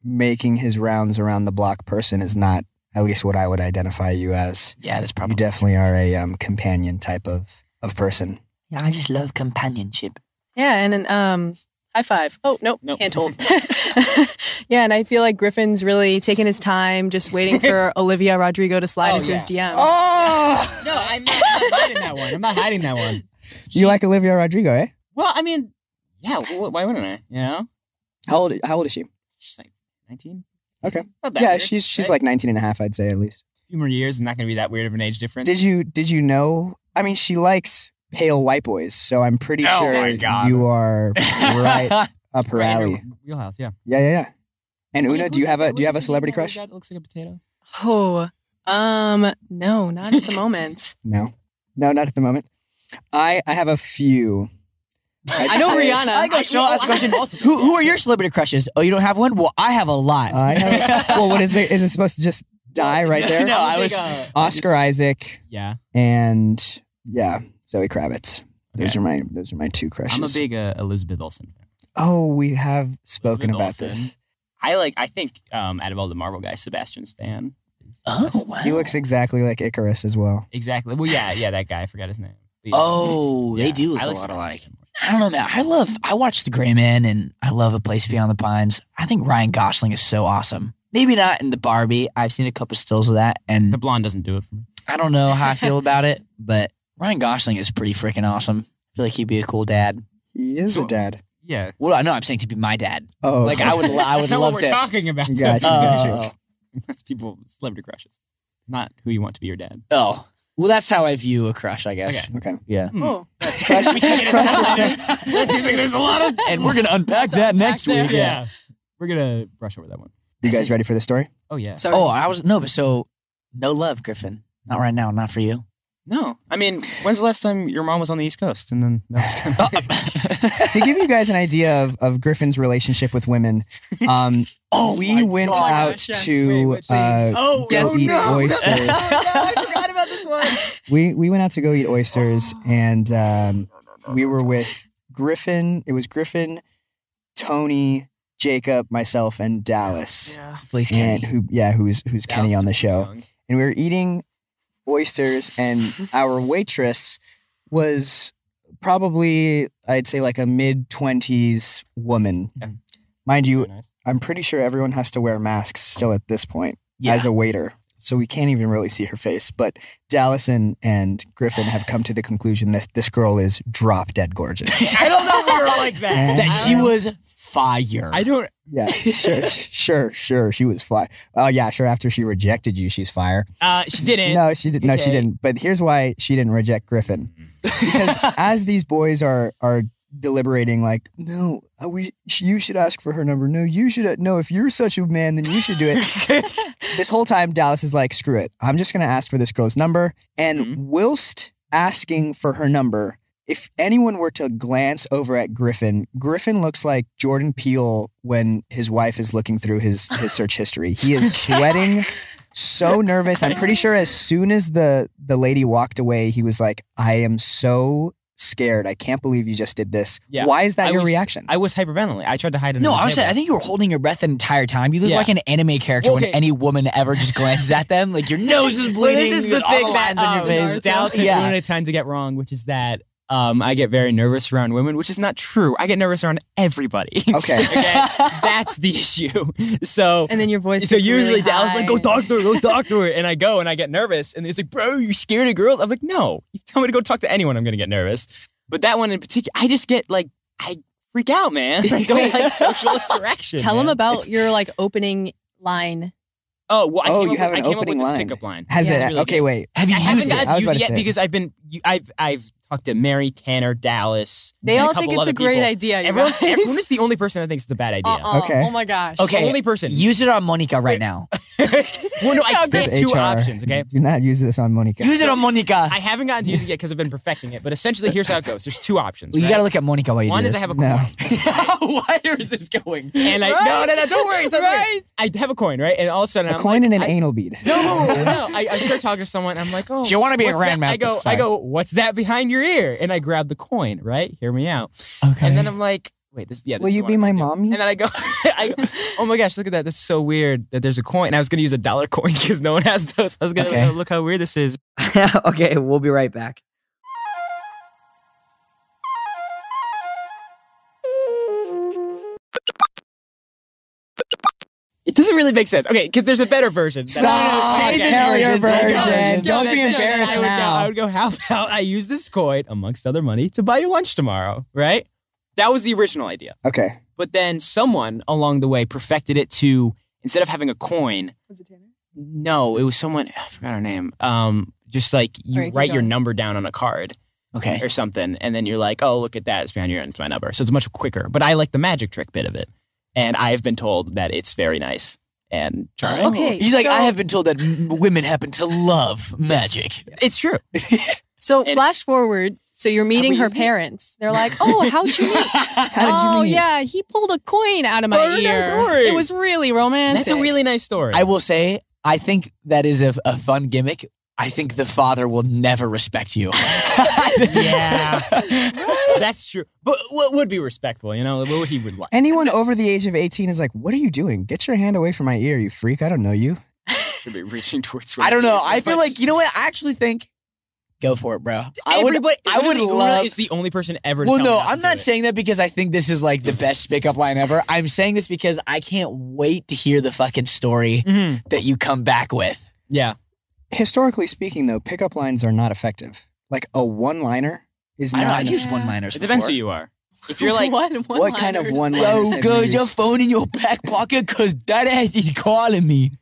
Speaker 1: making his rounds around the block person is not at least what I would identify you as.
Speaker 2: Yeah, that's
Speaker 1: You
Speaker 2: probably.
Speaker 1: definitely are a um, companion type of of person.
Speaker 2: yeah, I just love companionship.
Speaker 3: Yeah, and an um high five. Oh no,
Speaker 4: Nope.
Speaker 3: hand hold. yeah, and I feel like Griffin's really taking his time, just waiting for Olivia Rodrigo to slide
Speaker 4: Oh,
Speaker 3: into his DM.
Speaker 1: Oh,
Speaker 4: no, I'm not, I'm not hiding that one. I'm not hiding that one.
Speaker 1: you like Olivia Rodrigo, eh?
Speaker 4: Well, I mean, yeah. wh- Why wouldn't I? You know,
Speaker 1: How old? How old is she?
Speaker 4: she's like 19.
Speaker 1: Okay.
Speaker 4: Not that
Speaker 1: Yeah,
Speaker 4: weird,
Speaker 1: she's she's
Speaker 4: right?
Speaker 1: like 19 and a half, I'd say at least.
Speaker 4: a few more years. It's not going to be that weird of an age difference.
Speaker 1: Did you did you know? I mean, she likes pale white boys. So I'm pretty
Speaker 4: Oh
Speaker 1: sure
Speaker 4: my God.
Speaker 1: you are right up her
Speaker 4: Right in
Speaker 1: alley.
Speaker 4: your Wheelhouse, yeah.
Speaker 1: Yeah, yeah, yeah. And
Speaker 4: Wait,
Speaker 1: Una,
Speaker 4: who's
Speaker 1: do you
Speaker 4: that-
Speaker 1: have a
Speaker 4: what
Speaker 1: do you have a
Speaker 4: think of
Speaker 1: celebrity
Speaker 4: that
Speaker 1: crush?
Speaker 4: guy that looks like a potato.
Speaker 3: Oh, um, no, not at the moment.
Speaker 1: No, no, not at the moment. I I have a few.
Speaker 3: I know Rihanna.
Speaker 2: I got shot. Ask a question. Who, who are your celebrity crushes? Oh, you don't have one? Well, I have a lot.
Speaker 1: I have. well, what is the, is it supposed to just die right there?
Speaker 2: No,
Speaker 4: I'm
Speaker 2: I
Speaker 4: a big,
Speaker 2: was-
Speaker 4: uh,
Speaker 1: Oscar Isaac
Speaker 4: Yeah,
Speaker 1: and yeah, Zoe Kravitz. Those
Speaker 4: Okay.
Speaker 1: are my those are my two crushes.
Speaker 4: I'm a big uh, Elizabeth Olsen fan.
Speaker 1: oh, we have spoken
Speaker 4: Elizabeth
Speaker 1: about
Speaker 4: Olsen.
Speaker 1: this.
Speaker 4: I like. I think um, out of all the Marvel guys, Sebastian Stan. is the
Speaker 2: oh,
Speaker 4: best.
Speaker 2: wow.
Speaker 1: He looks exactly like Icarus as well.
Speaker 4: exactly. Well, yeah, yeah, that guy. I forgot his name. But yeah.
Speaker 2: Oh,
Speaker 4: Yeah,
Speaker 2: they do look
Speaker 4: I
Speaker 2: a
Speaker 4: like
Speaker 2: lot
Speaker 4: Sebastian
Speaker 2: alike.
Speaker 4: Stan more.
Speaker 2: I don't know, man. I love, I watched The Gray Man and I love A Place Beyond the Pines. I think Ryan Gosling is so awesome. Maybe not in the Barbie. I've seen a couple stills of that
Speaker 4: The
Speaker 2: and
Speaker 4: blonde doesn't do it for me.
Speaker 2: I don't know how I feel about it, but Ryan Gosling is pretty freaking awesome. I feel like he'd be a cool dad.
Speaker 1: He is
Speaker 4: So-
Speaker 1: a dad.
Speaker 4: Yeah,
Speaker 2: Well, I know I'm saying to be my dad.
Speaker 1: Oh,
Speaker 2: Like I would, I would
Speaker 4: That's not
Speaker 2: love
Speaker 4: what we're
Speaker 2: to.
Speaker 4: talking about.
Speaker 1: Gotcha,
Speaker 2: Oh,
Speaker 4: That's people celebrity crushes, not who you want to be your dad.
Speaker 2: oh, well, that's how I view a crush, I guess.
Speaker 1: okay.
Speaker 2: Yeah.
Speaker 4: Hmm.
Speaker 3: Oh,
Speaker 1: Crush-
Speaker 4: We can get
Speaker 1: crush
Speaker 4: into
Speaker 1: yourself.
Speaker 4: that later. That seems like there's a lot of.
Speaker 2: And we're gonna unpack that next
Speaker 3: unpack
Speaker 2: week.
Speaker 3: that.
Speaker 2: Yeah.
Speaker 4: Yeah, we're gonna brush over that one.
Speaker 1: You guys ready for the story?
Speaker 4: Oh yeah.
Speaker 3: sorry.
Speaker 2: Oh, I was no, but so no love, Griffin. Not right now. Not for you.
Speaker 4: No, I mean, when's the last time your mom was on the East Coast? And then that was
Speaker 2: Oh,
Speaker 4: kind of.
Speaker 1: to give you guys an idea of, of Griffin's relationship with women, um,
Speaker 2: Oh,
Speaker 1: we went
Speaker 3: gosh,
Speaker 1: out
Speaker 3: yes.
Speaker 1: to
Speaker 4: Wait, which
Speaker 1: uh,
Speaker 4: is- oh,
Speaker 1: go
Speaker 3: oh,
Speaker 1: eat
Speaker 3: no.
Speaker 1: oysters.
Speaker 4: I forgot about this one.
Speaker 1: we we went out to go eat oysters, and um, we were with Griffin. It was Griffin, Tony, Jacob, myself, and Dallas.
Speaker 4: Yeah.
Speaker 2: Please,
Speaker 1: And
Speaker 2: Kenny.
Speaker 1: who? Yeah, who's who's Kenny on the show? And we were eating oysters, and our waitress was probably I'd say like a mid twenties woman.
Speaker 4: Yeah.
Speaker 1: Mind you,
Speaker 4: Nice.
Speaker 1: I'm pretty sure everyone has to wear masks still at this point
Speaker 2: Yeah.
Speaker 1: as a waiter. So we can't even really see her face. But Dallas and, and Griffin have come to the conclusion that this girl is drop dead gorgeous.
Speaker 4: I don't know if we were like that.
Speaker 2: that
Speaker 1: I
Speaker 2: she
Speaker 1: don't-
Speaker 2: was fire.
Speaker 4: I don't.
Speaker 1: yeah, sure, sure, sure. She was fire. Oh, yeah, sure. After she rejected you, she's fire.
Speaker 4: Uh, she didn't.
Speaker 1: No, she didn't. No, she
Speaker 4: Okay.
Speaker 1: didn't. But here's why she didn't reject Griffin. Because as these boys are, are deliberating, like, no, uh, we, you should ask for her number. No, you should. uh, No, if you're such a man, then you should do it. this whole time Dallas is like, screw it. I'm just gonna ask for this girl's number. And
Speaker 4: Mhm.
Speaker 1: whilst asking for her number, if anyone were to glance over at Griffin, Griffin looks like Jordan Peele when his wife is looking through his his search history. He is sweating, so nervous. I'm pretty sure as soon as the the lady walked away, he was like, I am so scared. I can't believe you just did this.
Speaker 4: Yeah.
Speaker 1: Why is that
Speaker 4: I
Speaker 1: your
Speaker 4: was-
Speaker 1: reaction?
Speaker 4: I was hyperventilating. I tried to hide it.
Speaker 2: no,
Speaker 4: under the
Speaker 2: I was
Speaker 4: table.
Speaker 2: saying, I think you were holding your breath the entire time. You look
Speaker 4: Yeah.
Speaker 2: like an anime character
Speaker 4: Well, okay.
Speaker 2: when any woman ever just glances at them. Like your nose is bleeding.
Speaker 4: Well, this is the
Speaker 2: all
Speaker 4: thing
Speaker 2: lines
Speaker 4: that
Speaker 2: on your
Speaker 3: um,
Speaker 2: face.
Speaker 3: Naruto-
Speaker 4: Dallas and
Speaker 2: Yeah.
Speaker 4: Luna tend to get wrong, which is that um, I get very nervous around women, which is not true. I get nervous around everybody.
Speaker 1: okay.
Speaker 4: okay, that's the issue. So.
Speaker 3: and then your voice.
Speaker 4: so
Speaker 3: gets
Speaker 4: usually
Speaker 3: really
Speaker 4: Dallas is
Speaker 3: high.
Speaker 4: like, go talk to her, go talk to her. And I go and I get nervous. And he's like, bro, you scared of girls? I'm like, no, you tell me to go talk to anyone, I'm going to get nervous. But that one in particular, I just get like, I freak out, man. I don't like social interaction.
Speaker 3: Tell him
Speaker 4: man.
Speaker 3: about
Speaker 4: It's-
Speaker 3: your like opening line.
Speaker 4: Oh, well, I
Speaker 1: Oh,
Speaker 4: came
Speaker 1: you
Speaker 4: up
Speaker 1: have
Speaker 4: with,
Speaker 1: an
Speaker 4: I
Speaker 1: opening
Speaker 4: came up with
Speaker 1: line.
Speaker 4: this pickup line.
Speaker 1: Has it
Speaker 3: Yeah.
Speaker 4: It's really
Speaker 1: okay,
Speaker 4: good.
Speaker 1: wait.
Speaker 2: Have you
Speaker 4: I
Speaker 2: used
Speaker 4: haven't
Speaker 1: it. I
Speaker 2: it?
Speaker 1: was
Speaker 4: got to
Speaker 1: about to
Speaker 4: use it yet
Speaker 1: say.
Speaker 4: because I've been you- I've I've talked to Mary Tanner Dallas.
Speaker 3: They
Speaker 4: and
Speaker 3: all
Speaker 4: a couple
Speaker 3: think it's
Speaker 4: other
Speaker 3: a great
Speaker 4: people.
Speaker 3: idea. you
Speaker 4: Everyone,
Speaker 3: guys.
Speaker 4: everyone is the only person that thinks it's a bad idea.
Speaker 3: Uh-uh.
Speaker 1: Okay.
Speaker 3: Oh my gosh.
Speaker 4: The
Speaker 2: Okay.
Speaker 4: only person.
Speaker 2: Use it on Monica right now.
Speaker 4: well, no, I
Speaker 1: This
Speaker 4: there's two
Speaker 1: HR,
Speaker 4: options. Okay,
Speaker 1: Do not use this on Monica.
Speaker 2: Use it on Monica.
Speaker 4: I haven't gotten to use it yet because I've been perfecting it. But essentially, here's how it goes. There's two options.
Speaker 2: Well, you
Speaker 4: right?
Speaker 2: got to look at Monica while you
Speaker 4: One
Speaker 2: do
Speaker 4: is
Speaker 2: this.
Speaker 4: I have a
Speaker 1: No.
Speaker 4: coin,
Speaker 2: Where is this going?
Speaker 4: and I no, no, no, don't worry, don't worry.
Speaker 3: Right?
Speaker 4: I have a coin, right? And all of a sudden,
Speaker 1: A
Speaker 4: I'm
Speaker 1: coin
Speaker 4: like,
Speaker 1: and an
Speaker 4: I-
Speaker 1: anal bead.
Speaker 4: No, no. I, I start talking to someone. I'm like, oh,
Speaker 2: Do you wanna be a
Speaker 4: what's that?"
Speaker 2: grandmaster?
Speaker 4: I go,
Speaker 2: Sorry.
Speaker 4: I go. What's that behind your ear? And I grab the coin. Right? Hear me out.
Speaker 2: Okay.
Speaker 4: And then I'm like, wait, this yeah. This
Speaker 1: Will
Speaker 4: is the
Speaker 1: you
Speaker 4: one
Speaker 1: be
Speaker 4: I'm
Speaker 1: my
Speaker 4: gonna do.
Speaker 1: mommy?
Speaker 4: And then I go, I go, oh my gosh, look at that. That's so weird that there's a coin. And I was going to use a dollar coin because no one has those. I was going to
Speaker 2: Okay.
Speaker 4: look how weird this is.
Speaker 5: okay, we'll be right back.
Speaker 4: It doesn't really make sense. Okay, because there's a better version.
Speaker 1: Stop. No, no, no, tell your version.
Speaker 3: Don't be embarrassed
Speaker 4: I would
Speaker 1: now.
Speaker 4: Go, I would go, how about I use this coin, amongst other money, to buy you lunch tomorrow, right? That was the original idea.
Speaker 1: Okay.
Speaker 4: But then someone along the way perfected it to, instead of having a coin,
Speaker 3: Was it Tanner?
Speaker 4: No, it was someone I forgot her name. Um, just like you
Speaker 3: Alright, keep
Speaker 4: write your
Speaker 3: going.
Speaker 4: number down on a card,
Speaker 2: Okay.
Speaker 4: or something, and then you're like, oh, look at that, it's behind your end, it's my number. So it's much quicker. But I like the magic trick bit of it, and I've been told that it's very nice and charming.
Speaker 3: Okay,
Speaker 2: He's like,
Speaker 3: so-
Speaker 2: I have been told that m- women happen to love magic.
Speaker 4: It's true.
Speaker 3: So
Speaker 4: And-
Speaker 3: flash forward. So you're meeting
Speaker 4: we
Speaker 3: her
Speaker 4: meet?
Speaker 3: parents. They're like, "Oh, how'd you meet?
Speaker 2: How
Speaker 3: oh
Speaker 2: did you meet?
Speaker 3: yeah, he pulled a coin out of my
Speaker 4: Oh, no
Speaker 3: ear.
Speaker 4: worries.
Speaker 3: It was really romantic.
Speaker 4: That's a really nice story.
Speaker 2: I will say, I think that is a, a fun gimmick. I think the father will never respect you.
Speaker 4: yeah, that's true. But what would be respectful, you know, what he would like.
Speaker 1: Anyone over the age of 18 is like, what are you doing? Get your hand away from my ear, you freak. I don't know you.
Speaker 4: Should be reaching towards.
Speaker 2: I don't know. I feel like you know what. I actually think, go for it, bro. I would.
Speaker 4: Everybody,
Speaker 2: I would
Speaker 4: literally, Una
Speaker 2: love-
Speaker 4: Is the only person ever. To
Speaker 2: Well,
Speaker 4: tell me
Speaker 2: no,
Speaker 4: to
Speaker 2: I'm
Speaker 4: do
Speaker 2: not
Speaker 4: it.
Speaker 2: saying that because I think this is like the best pickup line ever. I'm saying this because I can't wait to hear the fucking story
Speaker 4: Mhm.
Speaker 2: that you come back with.
Speaker 4: Yeah,
Speaker 1: Historically speaking, though, pickup lines are not effective. Like a one liner is
Speaker 2: I know
Speaker 1: not.
Speaker 2: I've used one liners.
Speaker 4: it depends who you are. If you're like,
Speaker 3: one,
Speaker 1: what kind of
Speaker 3: one-liners.
Speaker 1: one liners?
Speaker 2: Yo, girl, your phone in your back pocket because that ass is calling me.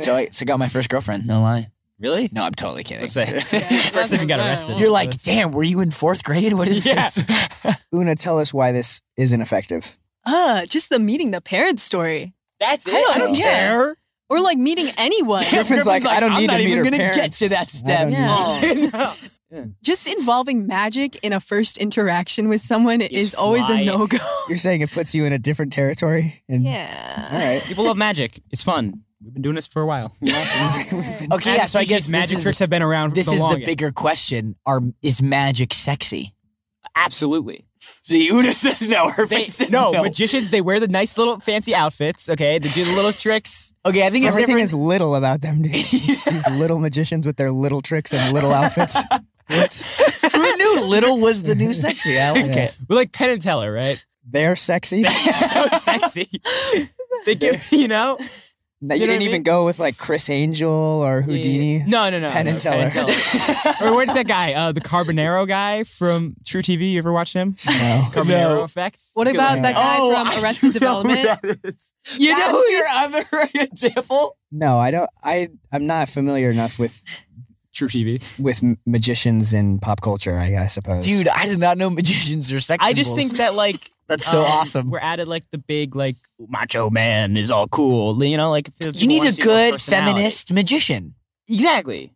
Speaker 2: so I so I got my first girlfriend. No lie.
Speaker 4: really?
Speaker 2: No, I'm totally kidding.
Speaker 4: Let's say
Speaker 3: Yeah,
Speaker 4: first thing you got
Speaker 3: that's-
Speaker 4: arrested.
Speaker 2: You're like, damn, were you in fourth grade? What is
Speaker 4: Yeah.
Speaker 2: this?
Speaker 1: Una, tell us why this isn't effective.
Speaker 3: Uh, just the meeting the parents story,
Speaker 4: that's it.
Speaker 3: I don't care.
Speaker 4: care.
Speaker 3: or like meeting anyone.
Speaker 2: Damn,
Speaker 1: Griffin's like, I don't
Speaker 2: I'm
Speaker 1: need to
Speaker 2: not
Speaker 1: meet
Speaker 2: even
Speaker 1: her
Speaker 2: gonna
Speaker 1: parents.
Speaker 2: get to that
Speaker 1: I
Speaker 2: step.
Speaker 1: don't
Speaker 3: Yeah.
Speaker 1: know.
Speaker 4: No.
Speaker 3: just involving magic in a first interaction with someone is,
Speaker 4: Is
Speaker 3: always
Speaker 4: fly-
Speaker 3: a no go.
Speaker 1: You're saying it puts you in a different territory? And, All
Speaker 3: Yeah.
Speaker 1: right.
Speaker 4: People love magic. It's fun. We've been doing this for a while. you know?
Speaker 2: Okay, yeah. So I
Speaker 4: Magic
Speaker 2: guess
Speaker 4: tricks- magic tricks have been around.
Speaker 2: This
Speaker 4: for the
Speaker 2: is the
Speaker 4: longest.
Speaker 2: bigger question: Are is magic sexy?
Speaker 4: Absolutely.
Speaker 2: See, Una says no. Her
Speaker 4: They,
Speaker 2: face says
Speaker 4: no,
Speaker 2: no.
Speaker 4: magicians. They wear the nice little fancy outfits. Okay, they do the little tricks.
Speaker 2: Okay, I think it's
Speaker 1: Everything
Speaker 2: different.
Speaker 1: is little about them, dude. These little magicians with their little tricks and little outfits. What?
Speaker 2: Who knew little was the new sexy? I like
Speaker 1: Yeah.
Speaker 2: it.
Speaker 4: We're like Penn and Teller, right?
Speaker 1: They're sexy.
Speaker 4: so sexy. They give you know.
Speaker 1: No,
Speaker 4: You
Speaker 1: you
Speaker 4: know what I
Speaker 1: didn't even
Speaker 4: mean?
Speaker 1: go with like Chris Angel or Houdini.
Speaker 4: No, no, no.
Speaker 1: Penn
Speaker 4: no,
Speaker 1: and Teller.
Speaker 4: or where's that guy? Uh, the Carbonaro guy from True TV. You ever watch him?
Speaker 1: No.
Speaker 4: Carbonaro
Speaker 2: No.
Speaker 4: Effect.
Speaker 3: What
Speaker 4: Good
Speaker 3: about
Speaker 4: looking
Speaker 3: that
Speaker 1: Oh,
Speaker 3: guy
Speaker 2: I
Speaker 3: from
Speaker 2: do
Speaker 3: Arrested
Speaker 2: know who
Speaker 3: Development?
Speaker 2: that is. You
Speaker 3: That's
Speaker 2: know your other example?
Speaker 1: No, I don't. I I'm not familiar enough with
Speaker 4: True TV.
Speaker 1: with m- magicians in pop culture. I, I suppose.
Speaker 2: Dude, I did not know magicians are sexy.
Speaker 4: I just think that like
Speaker 2: that's so
Speaker 4: um,
Speaker 2: awesome.
Speaker 4: We're added like the big like macho man is all cool. You know, like if people
Speaker 2: You need
Speaker 4: wanna
Speaker 2: a
Speaker 4: see more
Speaker 2: good
Speaker 4: personality.
Speaker 2: feminist magician.
Speaker 4: Exactly.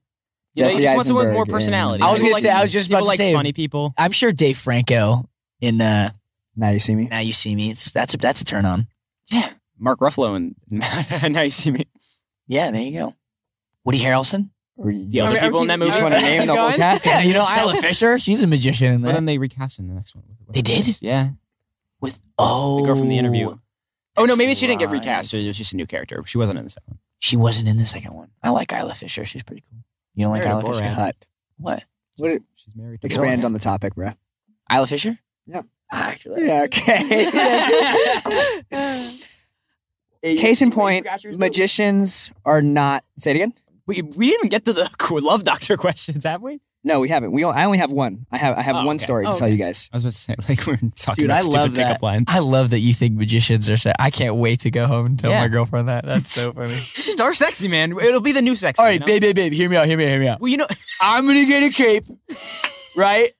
Speaker 4: You, know, you
Speaker 1: Jesse
Speaker 4: just want someone with more
Speaker 1: Eisenberg and-
Speaker 4: personality.
Speaker 1: I was
Speaker 4: People
Speaker 1: gonna
Speaker 4: like-
Speaker 1: say, I was
Speaker 2: just
Speaker 4: people
Speaker 2: about to
Speaker 4: like
Speaker 2: say-
Speaker 4: funny people.
Speaker 2: I'm sure Dave Franco in uh,
Speaker 1: now you see me.
Speaker 2: Now You See Me. It's, that's a that's a turn on.
Speaker 4: Yeah, Mark Ruffalo and now you see me.
Speaker 2: Yeah, there you go. Woody Harrelson.
Speaker 1: Or you-
Speaker 4: The other
Speaker 3: Are- are
Speaker 4: people in that
Speaker 3: people-
Speaker 1: you
Speaker 4: movie.
Speaker 1: just
Speaker 3: are-
Speaker 1: want to name the whole
Speaker 3: Going?
Speaker 1: cast.
Speaker 2: Yeah, you know Isla Fisher. She's a magician in
Speaker 4: But
Speaker 2: that.
Speaker 4: then they recast in the next one.
Speaker 2: They did?
Speaker 4: Yeah,
Speaker 2: With
Speaker 4: the
Speaker 2: oh,
Speaker 4: girl from the interview. Oh no,
Speaker 2: that's
Speaker 4: maybe she didn't get
Speaker 2: right.
Speaker 4: recast. It was just a new character. She wasn't in the second one.
Speaker 2: She wasn't in the second one. I like Isla Fisher. She's pretty cool. You don't like
Speaker 4: Very
Speaker 2: Isla
Speaker 4: boring.
Speaker 2: Fisher?
Speaker 1: Cut.
Speaker 2: What?
Speaker 1: What did-
Speaker 4: She's married. to Bill.
Speaker 1: expand on the topic, bro.
Speaker 2: Isla Fisher?
Speaker 1: Yeah.
Speaker 2: I actually.
Speaker 1: Yeah. Okay. Case in point, magicians are not. Say it again.
Speaker 4: We we didn't even get to the cool love doctor questions, have we?
Speaker 1: No, we haven't. We don't- I only have one. I have I have
Speaker 4: Oh,
Speaker 1: one
Speaker 4: okay.
Speaker 1: story to
Speaker 3: Oh,
Speaker 1: tell you guys.
Speaker 4: I was about to say like we're talking
Speaker 2: Dude,
Speaker 4: about
Speaker 2: I
Speaker 4: stupid
Speaker 2: love that.
Speaker 4: pickup lines.
Speaker 2: I love that you think magicians are sexy. I can't wait to go home and tell
Speaker 4: Yeah.
Speaker 2: my girlfriend that. That's so funny.
Speaker 4: Magicians are sexy, man. It'll be the new sexy.
Speaker 2: All
Speaker 4: you
Speaker 2: right,
Speaker 4: know?
Speaker 2: babe, babe, babe, hear me out, hear me out, hear me out.
Speaker 4: Well, you know,
Speaker 2: I'm gonna get a cape, right?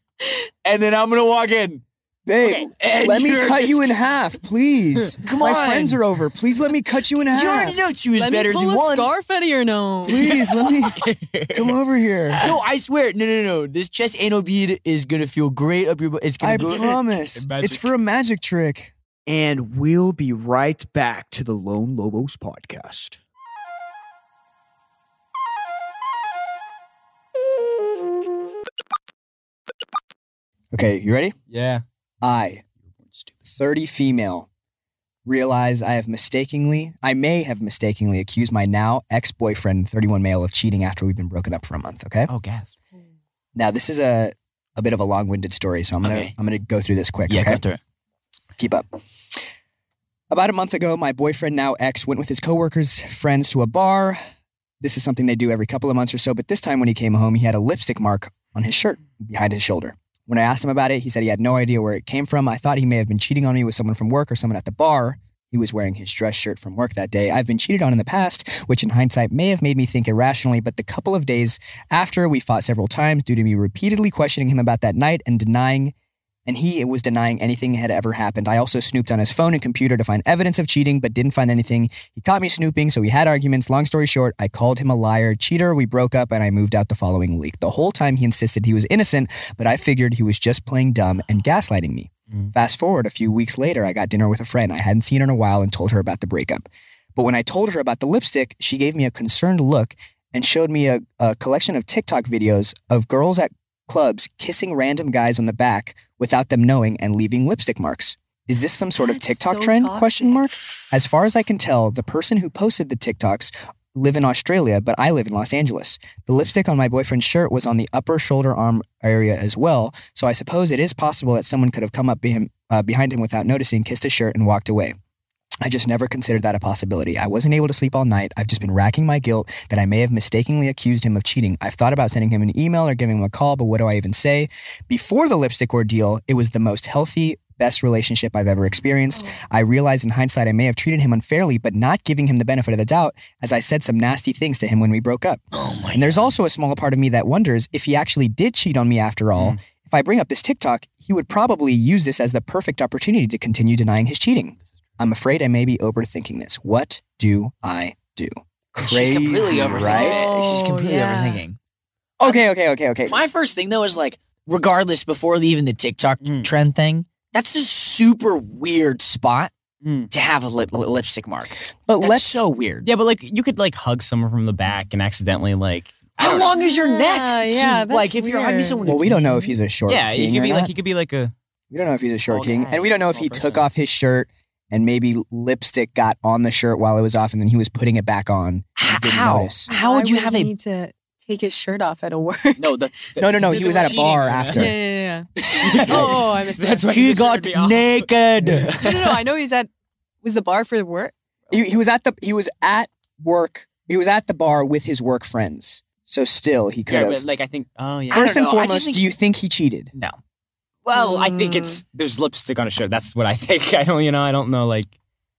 Speaker 2: And then I'm gonna walk in.
Speaker 1: Babe,
Speaker 2: And
Speaker 1: let me
Speaker 2: you're
Speaker 1: cut
Speaker 2: just-
Speaker 1: you in half, please.
Speaker 2: Come
Speaker 1: My
Speaker 2: on.
Speaker 1: friends are over. Please let me cut you in half.
Speaker 2: You already know she was
Speaker 3: Let
Speaker 2: better
Speaker 3: me
Speaker 2: than
Speaker 3: pull a
Speaker 2: one.
Speaker 3: scarf out of your nose.
Speaker 1: Please let me come over here.
Speaker 2: No, I swear, no, no, no. This chest anal bead is gonna feel great up your. butt. It's gonna
Speaker 1: I
Speaker 2: go.
Speaker 1: promise.
Speaker 4: Magic.
Speaker 1: It's for a magic trick.
Speaker 5: And we'll be right back to the Lone Lobos podcast.
Speaker 1: Okay, you ready?
Speaker 4: yeah.
Speaker 1: I, 30 female, realize I have mistakenly, I may have mistakenly accused my now ex boyfriend, 31 male, of cheating after we've been broken up for a month. Okay.
Speaker 4: Oh, gas.
Speaker 1: Now, this is a, a bit of a long winded story, so I'm gonna
Speaker 2: Okay.
Speaker 1: I'm gonna go through this quick.
Speaker 2: Yeah,
Speaker 1: okay?
Speaker 2: go through it.
Speaker 1: keep up. About a month ago, my boyfriend, now ex, went with his coworkers, friends to a bar. This is something they do every couple of months or so, but this time when he came home, he had a lipstick mark on his shirt behind his shoulder. When I asked him about it, he said he had no idea where it came from. I thought he may have been cheating on me with someone from work or someone at the bar. He was wearing his dress shirt from work that day. I've been cheated on in the past, which in hindsight may have made me think irrationally, but the couple of days after we fought several times due to me repeatedly questioning him about that night and denying and he was denying anything had ever happened. I also snooped on his phone and computer to find evidence of cheating, but didn't find anything. He caught me snooping, so we had arguments. Long story short, I called him a liar, cheater. We broke up, and I moved out the following week. The whole time he insisted he was innocent, but I figured he was just playing dumb and gaslighting me.
Speaker 4: Mm.
Speaker 1: Fast forward a few weeks later, I got dinner with a friend. I hadn't seen her in a while and told her about the breakup. But when I told her about the lipstick, she gave me a concerned look and showed me a, a collection of TikTok videos of girls at clubs kissing random guys on the back without them knowing and leaving lipstick marks. Is this some sort of
Speaker 3: That's
Speaker 1: TikTok
Speaker 3: so
Speaker 1: trend?
Speaker 3: toxic.
Speaker 1: Question mark. As far as I can tell, the person who posted the TikToks live in Australia, but I live in Los Angeles. The lipstick on my boyfriend's shirt was on the upper shoulder arm area as well, so I suppose it is possible that someone could have come up be him, uh, behind him without noticing, kissed his shirt, and walked away. I just never considered that a possibility. I wasn't able to sleep all night. I've just been racking my guilt that I may have mistakenly accused him of cheating. I've thought about sending him an email or giving him a call, but what do I even say? Before the lipstick ordeal, it was the most healthy, best relationship I've ever
Speaker 2: Oh.
Speaker 1: experienced. I realized in hindsight I may have treated him unfairly, but not giving him the benefit of the doubt, as I said some nasty things to him when we broke up.
Speaker 2: Oh my
Speaker 1: And
Speaker 2: god.
Speaker 1: there's also a small part of me that wonders if he actually did cheat on me after all.
Speaker 2: Mm.
Speaker 1: If I bring up this TikTok, he would probably use this as the perfect opportunity to continue denying his cheating. I'm afraid I may be overthinking this. What do I do? Crazy,
Speaker 2: She's completely overthinking
Speaker 1: right?
Speaker 2: it. She's
Speaker 3: Oh,
Speaker 2: completely
Speaker 3: yeah.
Speaker 2: overthinking.
Speaker 1: Okay, okay, okay, okay.
Speaker 2: My first thing though is like, regardless, before even the TikTok
Speaker 1: Hmm.
Speaker 4: Mm.
Speaker 2: trend thing, that's a super weird spot
Speaker 4: Mm.
Speaker 2: to have a lip, lipstick mark.
Speaker 1: But
Speaker 2: That's
Speaker 1: let's
Speaker 2: so weird.
Speaker 4: Yeah, but like you could like hug someone from the back and accidentally like I
Speaker 2: How
Speaker 4: don't
Speaker 2: long is your neck?
Speaker 3: Yeah, yeah,
Speaker 2: Dude, like
Speaker 3: that's
Speaker 2: if you're hugging
Speaker 3: weird.
Speaker 2: someone,
Speaker 1: Well, we don't know if he's a short
Speaker 4: Yeah,
Speaker 1: king
Speaker 4: he could
Speaker 1: or
Speaker 4: be like
Speaker 1: not.
Speaker 4: he could be like a
Speaker 1: we don't know if he's a short
Speaker 4: Small
Speaker 1: king,
Speaker 4: guy,
Speaker 1: and we don't know if
Speaker 4: small
Speaker 1: he took
Speaker 4: person.
Speaker 1: off his shirt and maybe lipstick got on the shirt while it was off, and then he was putting it back on.
Speaker 2: H-
Speaker 1: didn't
Speaker 2: how
Speaker 1: notice.
Speaker 2: how
Speaker 3: Why
Speaker 2: would you have
Speaker 3: he
Speaker 2: a
Speaker 3: need to take his shirt off at a work?
Speaker 4: no. The,
Speaker 1: No, no, no, he was at a bar
Speaker 3: yeah,
Speaker 1: after.
Speaker 3: yeah, yeah. yeah. oh, oh, I missed
Speaker 4: That's
Speaker 3: that.
Speaker 4: why
Speaker 2: he
Speaker 4: deserved
Speaker 2: got
Speaker 4: to be off.
Speaker 2: naked?
Speaker 3: No, no, no. I know he's at. Was the bar for the work?
Speaker 1: He, he was at the he was at work. He was at the bar with his work friends. So still, he could
Speaker 4: Yeah,
Speaker 1: have.
Speaker 4: but like I think. Oh yeah.
Speaker 2: I don't
Speaker 1: First and
Speaker 2: know, I just
Speaker 1: foremost,
Speaker 2: think-
Speaker 1: do you think he cheated?
Speaker 2: no,
Speaker 4: Well, I think
Speaker 3: Mm.
Speaker 4: it's there's lipstick on a shirt. That's what I think. I don't, you know, I don't know like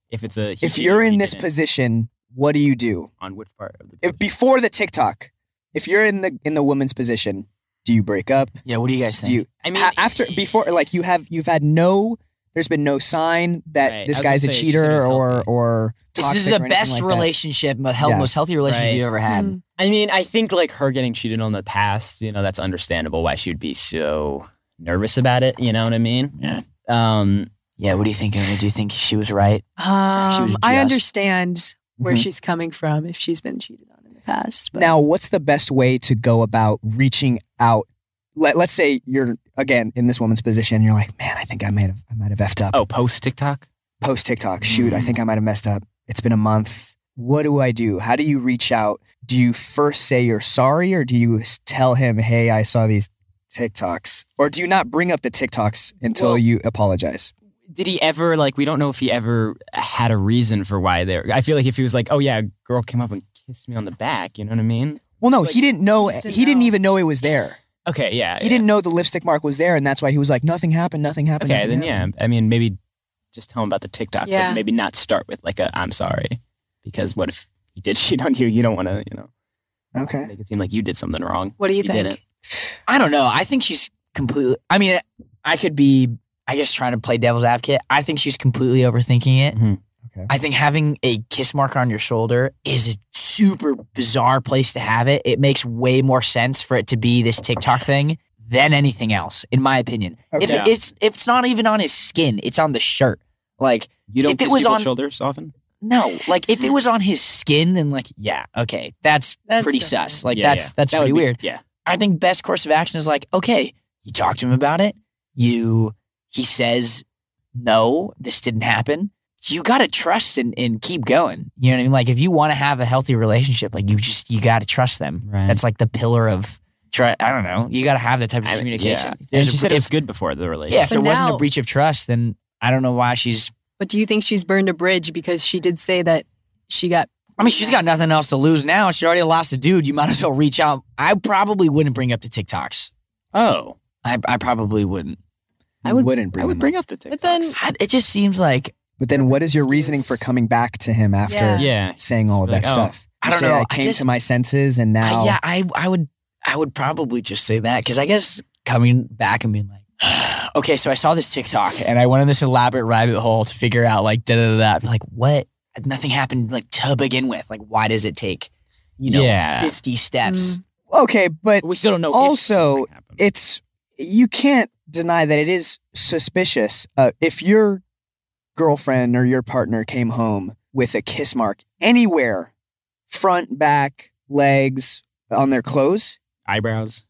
Speaker 4: if it's a.
Speaker 1: If you're in
Speaker 4: he
Speaker 1: this
Speaker 4: didn't.
Speaker 1: position, what do you do?
Speaker 4: on which part of the
Speaker 1: If, before the TikTok, if you're in the in the woman's position, do you break up?
Speaker 2: yeah. What do you guys think?
Speaker 1: Do you
Speaker 4: I mean,
Speaker 1: a- after before like you have you've had no there's been no sign that
Speaker 4: Right,
Speaker 1: this
Speaker 4: I was gonna
Speaker 1: guy's a
Speaker 4: say, she said it was
Speaker 1: cheater or
Speaker 4: healthy.
Speaker 1: or
Speaker 2: this is
Speaker 1: toxic
Speaker 2: the
Speaker 1: or anything
Speaker 2: best
Speaker 1: like that.
Speaker 2: relationship, mo- health-
Speaker 1: Yeah.
Speaker 2: most healthy relationship
Speaker 4: Right.
Speaker 2: you ever had.
Speaker 3: Mm.
Speaker 4: I mean, I think like her getting cheated on in the past, you know, that's understandable why she would be so nervous about it. You know what I mean?
Speaker 2: Yeah.
Speaker 4: Um,
Speaker 2: Yeah. What do you think? Emily? Do you think she was right?
Speaker 3: Um,
Speaker 2: was
Speaker 3: I
Speaker 2: just-
Speaker 3: understand where
Speaker 4: Mm-hmm.
Speaker 1: Mhm.
Speaker 3: she's coming from if she's been cheated on in the past. But
Speaker 1: Now, what's the best way to go about reaching out? Let, let's say you're again in this woman's position. You're like, man, I think I might have I might have effed up.
Speaker 4: oh, Mm-hmm. post TikTok.
Speaker 1: Post TikTok, shoot, I think I might have messed up. It's been a month. What do I do? How do you reach out? Do you first say you're sorry, or do you s- tell him, hey, I saw these TikToks, or do you not bring up the TikToks until
Speaker 4: Well-
Speaker 1: you apologize?
Speaker 4: Did he ever like? We don't know if he ever had a reason for why they. Were, I feel like if he was like, oh yeah, a girl came up and kissed me on the back. You know what I mean?
Speaker 1: Well, no,
Speaker 4: Like,
Speaker 1: he didn't know.
Speaker 3: he just didn't
Speaker 1: he didn't
Speaker 3: know.
Speaker 1: even know it was there.
Speaker 4: Okay, yeah.
Speaker 1: He
Speaker 4: yeah.
Speaker 1: didn't know the lipstick mark was there, and that's why he was like, nothing happened, nothing happened.
Speaker 4: Okay,
Speaker 1: nothing
Speaker 4: then yeah.
Speaker 1: happened."
Speaker 4: I mean, maybe just tell him about the TikTok,
Speaker 3: Yeah.
Speaker 4: but maybe not start with like a I'm sorry, because what if he did cheat on you? You don't want to, you know,
Speaker 1: Okay.
Speaker 4: make it seem like you did something wrong.
Speaker 3: what do you
Speaker 4: He
Speaker 3: think?
Speaker 4: didn't.
Speaker 2: I don't know. I think she's completely. I mean, I could be. I guess trying to play devil's advocate. I think she's completely overthinking it.
Speaker 4: Mhm.
Speaker 1: Okay.
Speaker 2: I think having a kiss mark on your shoulder is a super bizarre place to have it. It makes way more sense for it to be this TikTok thing than anything else, in my opinion. If
Speaker 1: Okay.
Speaker 2: it's if it's not even on his skin, it's on the shirt. Like
Speaker 4: You don't
Speaker 2: If it
Speaker 4: kiss
Speaker 2: was
Speaker 4: people's
Speaker 2: on-
Speaker 4: shoulders often.
Speaker 2: no, like if it was on his skin, then like yeah, okay, that's,
Speaker 3: That's
Speaker 2: pretty
Speaker 3: different.
Speaker 2: sus. Like
Speaker 4: Yeah,
Speaker 2: that's
Speaker 4: yeah.
Speaker 2: that's
Speaker 4: That would
Speaker 2: pretty
Speaker 4: be-
Speaker 2: weird.
Speaker 4: Yeah.
Speaker 2: I think best course of action is like, okay, you talk to him about it. You he says, No, this didn't happen. You gotta trust and, and keep going. You know what I mean? Like if you wanna have a healthy relationship, like you just you gotta trust them.
Speaker 4: Right.
Speaker 2: That's like the pillar of try I don't know. You gotta have that type of
Speaker 4: I mean,
Speaker 2: communication.
Speaker 4: yeah.
Speaker 2: There's
Speaker 4: And she
Speaker 2: a-
Speaker 4: said it was
Speaker 2: if,
Speaker 4: good before the
Speaker 2: yeah, if
Speaker 4: relationship.
Speaker 3: For
Speaker 2: there wasn't a
Speaker 3: now-
Speaker 2: breach of trust, then I don't know why she's
Speaker 3: But do you think she's burned a bridge because she did say that she got?
Speaker 2: I mean, she's got nothing else to lose now. She already lost a dude. You might as well reach out. I probably wouldn't bring up the TikToks.
Speaker 4: Oh,
Speaker 2: I, I probably wouldn't.
Speaker 4: I would-
Speaker 1: wouldn't bring
Speaker 4: I
Speaker 1: them
Speaker 4: would
Speaker 1: up.
Speaker 4: bring up the
Speaker 3: But
Speaker 4: TikTok.
Speaker 3: then-
Speaker 2: I- It just seems like
Speaker 1: But then, what is your reasoning for
Speaker 3: Excuse.
Speaker 1: coming back to him after
Speaker 3: Yeah.
Speaker 4: Yeah.
Speaker 1: saying all of
Speaker 4: Like,
Speaker 1: that
Speaker 4: oh,
Speaker 1: stuff?
Speaker 2: I
Speaker 1: You
Speaker 2: don't
Speaker 1: say,
Speaker 2: know.
Speaker 1: I
Speaker 2: I
Speaker 1: came
Speaker 2: guess-
Speaker 1: to my senses, and
Speaker 2: I-
Speaker 1: now
Speaker 2: yeah, I I would I would probably just say that because I guess coming back and being like, okay, so I saw this TikTok and I went on this elaborate rabbit hole to figure out like da da da da. I'd be Like what? Nothing happened like to begin with. Like why does it take you know
Speaker 4: Yeah.
Speaker 2: fifty steps?
Speaker 1: okay, but
Speaker 4: But we still don't know. if
Speaker 1: Also,
Speaker 4: something happened.
Speaker 1: it's you can't deny that it is suspicious uh, if your girlfriend or your partner came home with a kiss mark anywhere front back legs on their clothes
Speaker 4: eyebrows.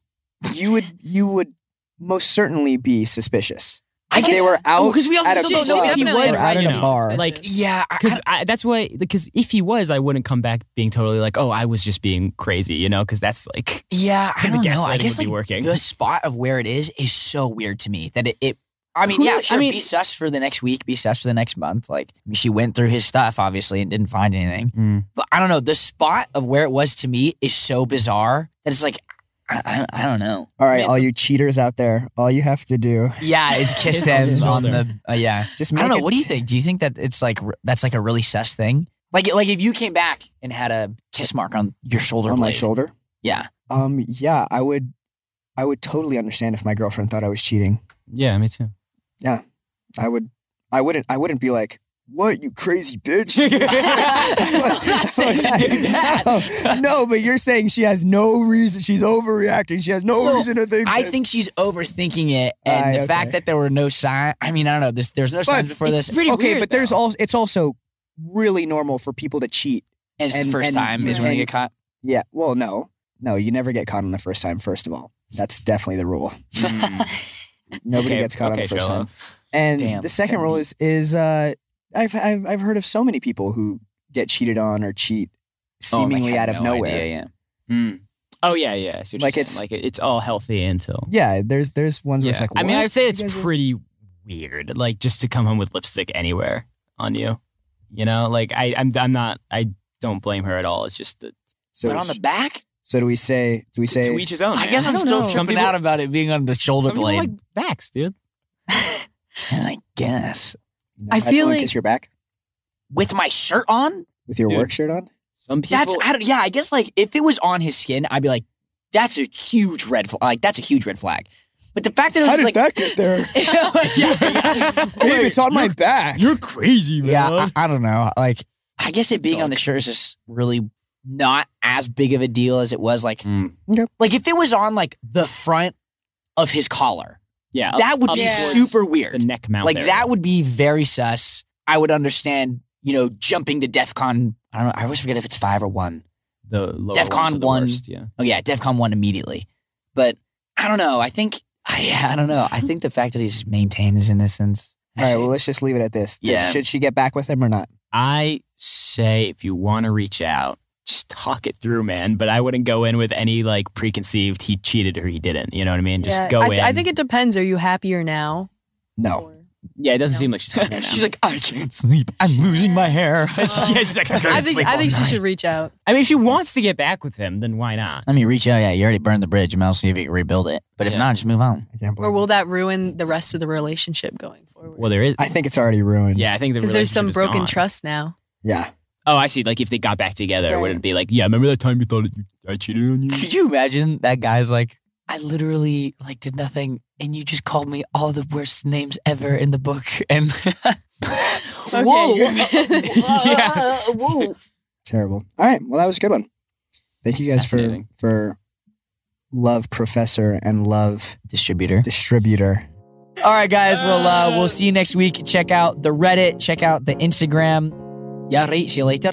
Speaker 1: you would you would most certainly be suspicious
Speaker 2: I
Speaker 1: If they were out
Speaker 2: because we also
Speaker 1: at a
Speaker 2: still don't
Speaker 1: club
Speaker 2: know if he
Speaker 1: or
Speaker 2: was
Speaker 1: out
Speaker 4: you
Speaker 1: at
Speaker 4: know,
Speaker 1: a bar
Speaker 2: like yeah. I-
Speaker 4: Because that's why. Because if he was, I wouldn't come back being totally like, oh, I was just being crazy, you know? Because that's like
Speaker 2: Yeah, I
Speaker 4: Then the
Speaker 2: don't know. I
Speaker 4: gaslighting would
Speaker 2: guess like
Speaker 4: be working.
Speaker 2: the spot of where it is is so weird to me that it. it I mean,
Speaker 4: Who
Speaker 2: yeah,
Speaker 4: knows?
Speaker 2: sure.
Speaker 4: I mean-
Speaker 2: be sus for the next week. Be sus for the next month. Like I mean, she went through his stuff, obviously, and didn't find anything. But I don't know. The spot of where it was to me is so bizarre that it's like I, I, I don't know.
Speaker 1: all right
Speaker 4: Amazing.
Speaker 1: all you cheaters out there all you have to do
Speaker 2: Yeah, is kiss
Speaker 4: Kiss on his
Speaker 2: them on
Speaker 4: shoulder.
Speaker 2: the uh, yeah.
Speaker 1: just
Speaker 2: I
Speaker 1: make
Speaker 2: don't know.
Speaker 1: it-
Speaker 2: What do you think? Do you think that it's like r- that's like a really sus thing? Like like if you came back and had a kiss mark on your shoulder
Speaker 1: on my
Speaker 2: blade.
Speaker 1: shoulder
Speaker 2: Yeah.
Speaker 1: um yeah i would i would totally understand if my girlfriend thought i was cheating
Speaker 4: Yeah, me too.
Speaker 1: i would i wouldn't i wouldn't be like what you crazy bitch
Speaker 2: I'm not saying to do that.
Speaker 1: No, no, but you're saying she has no reason. She's overreacting. She has no
Speaker 2: Well,
Speaker 1: reason to think.
Speaker 2: I
Speaker 1: this.
Speaker 2: think she's overthinking it, and
Speaker 1: Aye,
Speaker 2: the
Speaker 1: okay.
Speaker 2: fact that there were no signs. I mean, I don't know. This there's no signs before
Speaker 4: it's
Speaker 2: this,
Speaker 4: pretty
Speaker 1: okay,
Speaker 4: weird,
Speaker 1: but there's
Speaker 4: though.
Speaker 1: also it's also really normal for people to cheat.
Speaker 2: and it's
Speaker 1: and-
Speaker 2: the first
Speaker 1: and-
Speaker 2: time is when they
Speaker 1: and-
Speaker 2: get caught.
Speaker 1: Yeah. Well, no, no, you never get caught on the first time. First of all, that's definitely the rule. Nobody
Speaker 4: Okay,
Speaker 1: gets caught on
Speaker 4: okay,
Speaker 1: the first
Speaker 4: Shallow.
Speaker 1: time. And
Speaker 2: Damn,
Speaker 1: the second
Speaker 2: kinda
Speaker 1: rule
Speaker 2: deep.
Speaker 1: is is uh, I've, I've I've heard of so many people who get cheated on or cheat
Speaker 2: Oh, like,
Speaker 1: seemingly
Speaker 2: had
Speaker 1: out of
Speaker 2: no
Speaker 1: nowhere.
Speaker 2: idea, yeah.
Speaker 4: Oh yeah, yeah. I see what
Speaker 1: Hmm. Like,
Speaker 4: you're
Speaker 1: it's-
Speaker 4: saying. like it- it's all healthy until.
Speaker 1: Yeah, there's there's ones where
Speaker 4: Yeah.
Speaker 1: it's like
Speaker 4: I mean,
Speaker 1: what?
Speaker 4: I'd say
Speaker 1: You
Speaker 4: it's
Speaker 1: guys are-
Speaker 4: pretty weird, like just to come home with lipstick anywhere on you. You know, like I, I'm, I'm not, I don't blame her at all. It's just that
Speaker 1: so.
Speaker 2: but on the back,
Speaker 1: so do we say? Do we say?
Speaker 4: to each his own.
Speaker 2: I
Speaker 4: man.
Speaker 2: guess I'm
Speaker 3: don't
Speaker 2: still
Speaker 3: know.
Speaker 4: Some
Speaker 2: tripping
Speaker 4: people-
Speaker 2: out about it being on the shoulder
Speaker 4: Some people
Speaker 2: blade.
Speaker 4: like backs, dude.
Speaker 2: I guess
Speaker 3: I
Speaker 1: that's
Speaker 3: feel
Speaker 1: one
Speaker 3: like-
Speaker 1: kiss your back
Speaker 2: with my shirt on.
Speaker 1: with your
Speaker 4: Dude.
Speaker 1: work shirt on.
Speaker 4: Some
Speaker 2: That's
Speaker 4: people.
Speaker 2: I don't. Yeah, I guess like if it was on his skin, I'd be like, that's a huge red flag. Like that's a huge red flag. But the fact that it was like.
Speaker 1: that get there?
Speaker 2: yeah,
Speaker 1: Babe, it's on my back.
Speaker 4: You're crazy, man.
Speaker 2: Yeah, I, I don't know. Like, I guess it being on the shirt is just really not as big of a deal as it was. Like,
Speaker 4: Mm.
Speaker 2: like if it was on like the front of his collar,
Speaker 4: yeah. up-
Speaker 2: that would
Speaker 4: up
Speaker 2: be
Speaker 3: Yeah.
Speaker 4: towards
Speaker 2: super
Speaker 4: The
Speaker 2: weird.
Speaker 4: neck mount.
Speaker 2: Like
Speaker 4: area.
Speaker 2: that would be very sus. I would understand. You know, jumping to DefCon. I don't know. I always forget if it's five or one.
Speaker 4: The lower
Speaker 2: DEFCON
Speaker 4: ones are the
Speaker 2: one.
Speaker 4: worst, yeah.
Speaker 2: Oh yeah, DefCon one immediately. But I don't know. I think I, I don't know. I think the fact that he's maintained his innocence.
Speaker 1: All right, well, let's just leave it at this. Did-
Speaker 2: Yeah.
Speaker 1: Should she get back with him or not?
Speaker 4: I say if you want to reach out, just talk it through, man. But I wouldn't go in with any like preconceived he cheated or he didn't. You know what I mean? Just
Speaker 3: Yeah,
Speaker 4: go
Speaker 3: I,
Speaker 4: in.
Speaker 3: I think it depends. Are you happier now?
Speaker 1: No.
Speaker 3: Or-
Speaker 4: yeah, it doesn't
Speaker 3: No.
Speaker 4: seem like she's talking
Speaker 2: she's
Speaker 4: now.
Speaker 2: like, I can't sleep. I'm losing my hair.
Speaker 4: yeah, she's like, I'm gonna
Speaker 3: I think
Speaker 4: sleep
Speaker 3: I
Speaker 4: all
Speaker 3: think she
Speaker 4: night.
Speaker 3: should reach out.
Speaker 4: I mean, if she wants to get back with him, then why not?
Speaker 2: Let me reach out. Yeah, you already burned the bridge. You might as well see if you can rebuild it. But if
Speaker 4: Yeah.
Speaker 2: not, just move on.
Speaker 1: I can't believe
Speaker 3: Or
Speaker 1: it.
Speaker 3: will that ruin the rest of the relationship going
Speaker 4: Well,
Speaker 3: forward?
Speaker 4: there is.
Speaker 1: I think it's already ruined.
Speaker 4: Yeah, I think the
Speaker 3: Because there's some
Speaker 4: relationship is
Speaker 3: broken
Speaker 4: gone.
Speaker 3: trust now.
Speaker 1: Yeah.
Speaker 4: Oh, I see. Like if they got back together,
Speaker 3: Right.
Speaker 4: would it be like, yeah, remember that time you thought you, I cheated on you?
Speaker 2: Could you imagine that guy's like, I literally like did nothing, and you just called me all the worst names ever in the book. And whoa,
Speaker 3: you're-
Speaker 4: Yeah.
Speaker 2: whoa.
Speaker 1: Terrible. All right. Well, that was a good one. Thank you guys for
Speaker 4: Fascinating.
Speaker 1: for love professor and love
Speaker 2: Distributor.
Speaker 1: distributor.
Speaker 2: All right, guys. Well, uh, we'll see you next week. Check out the Reddit. Check out the Instagram. Yeah, right. See you later.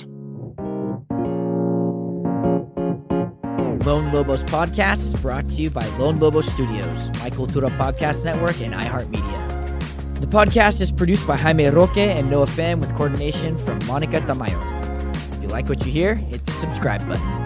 Speaker 2: Lone Lobos Podcast is brought to you by Lone Lobos Studios, My Cultura Podcast Network, and iHeartMedia. The podcast is produced by Jaime Roque and Noah Fan with coordination from Monica Tamayo. If you like what you hear, hit the subscribe button.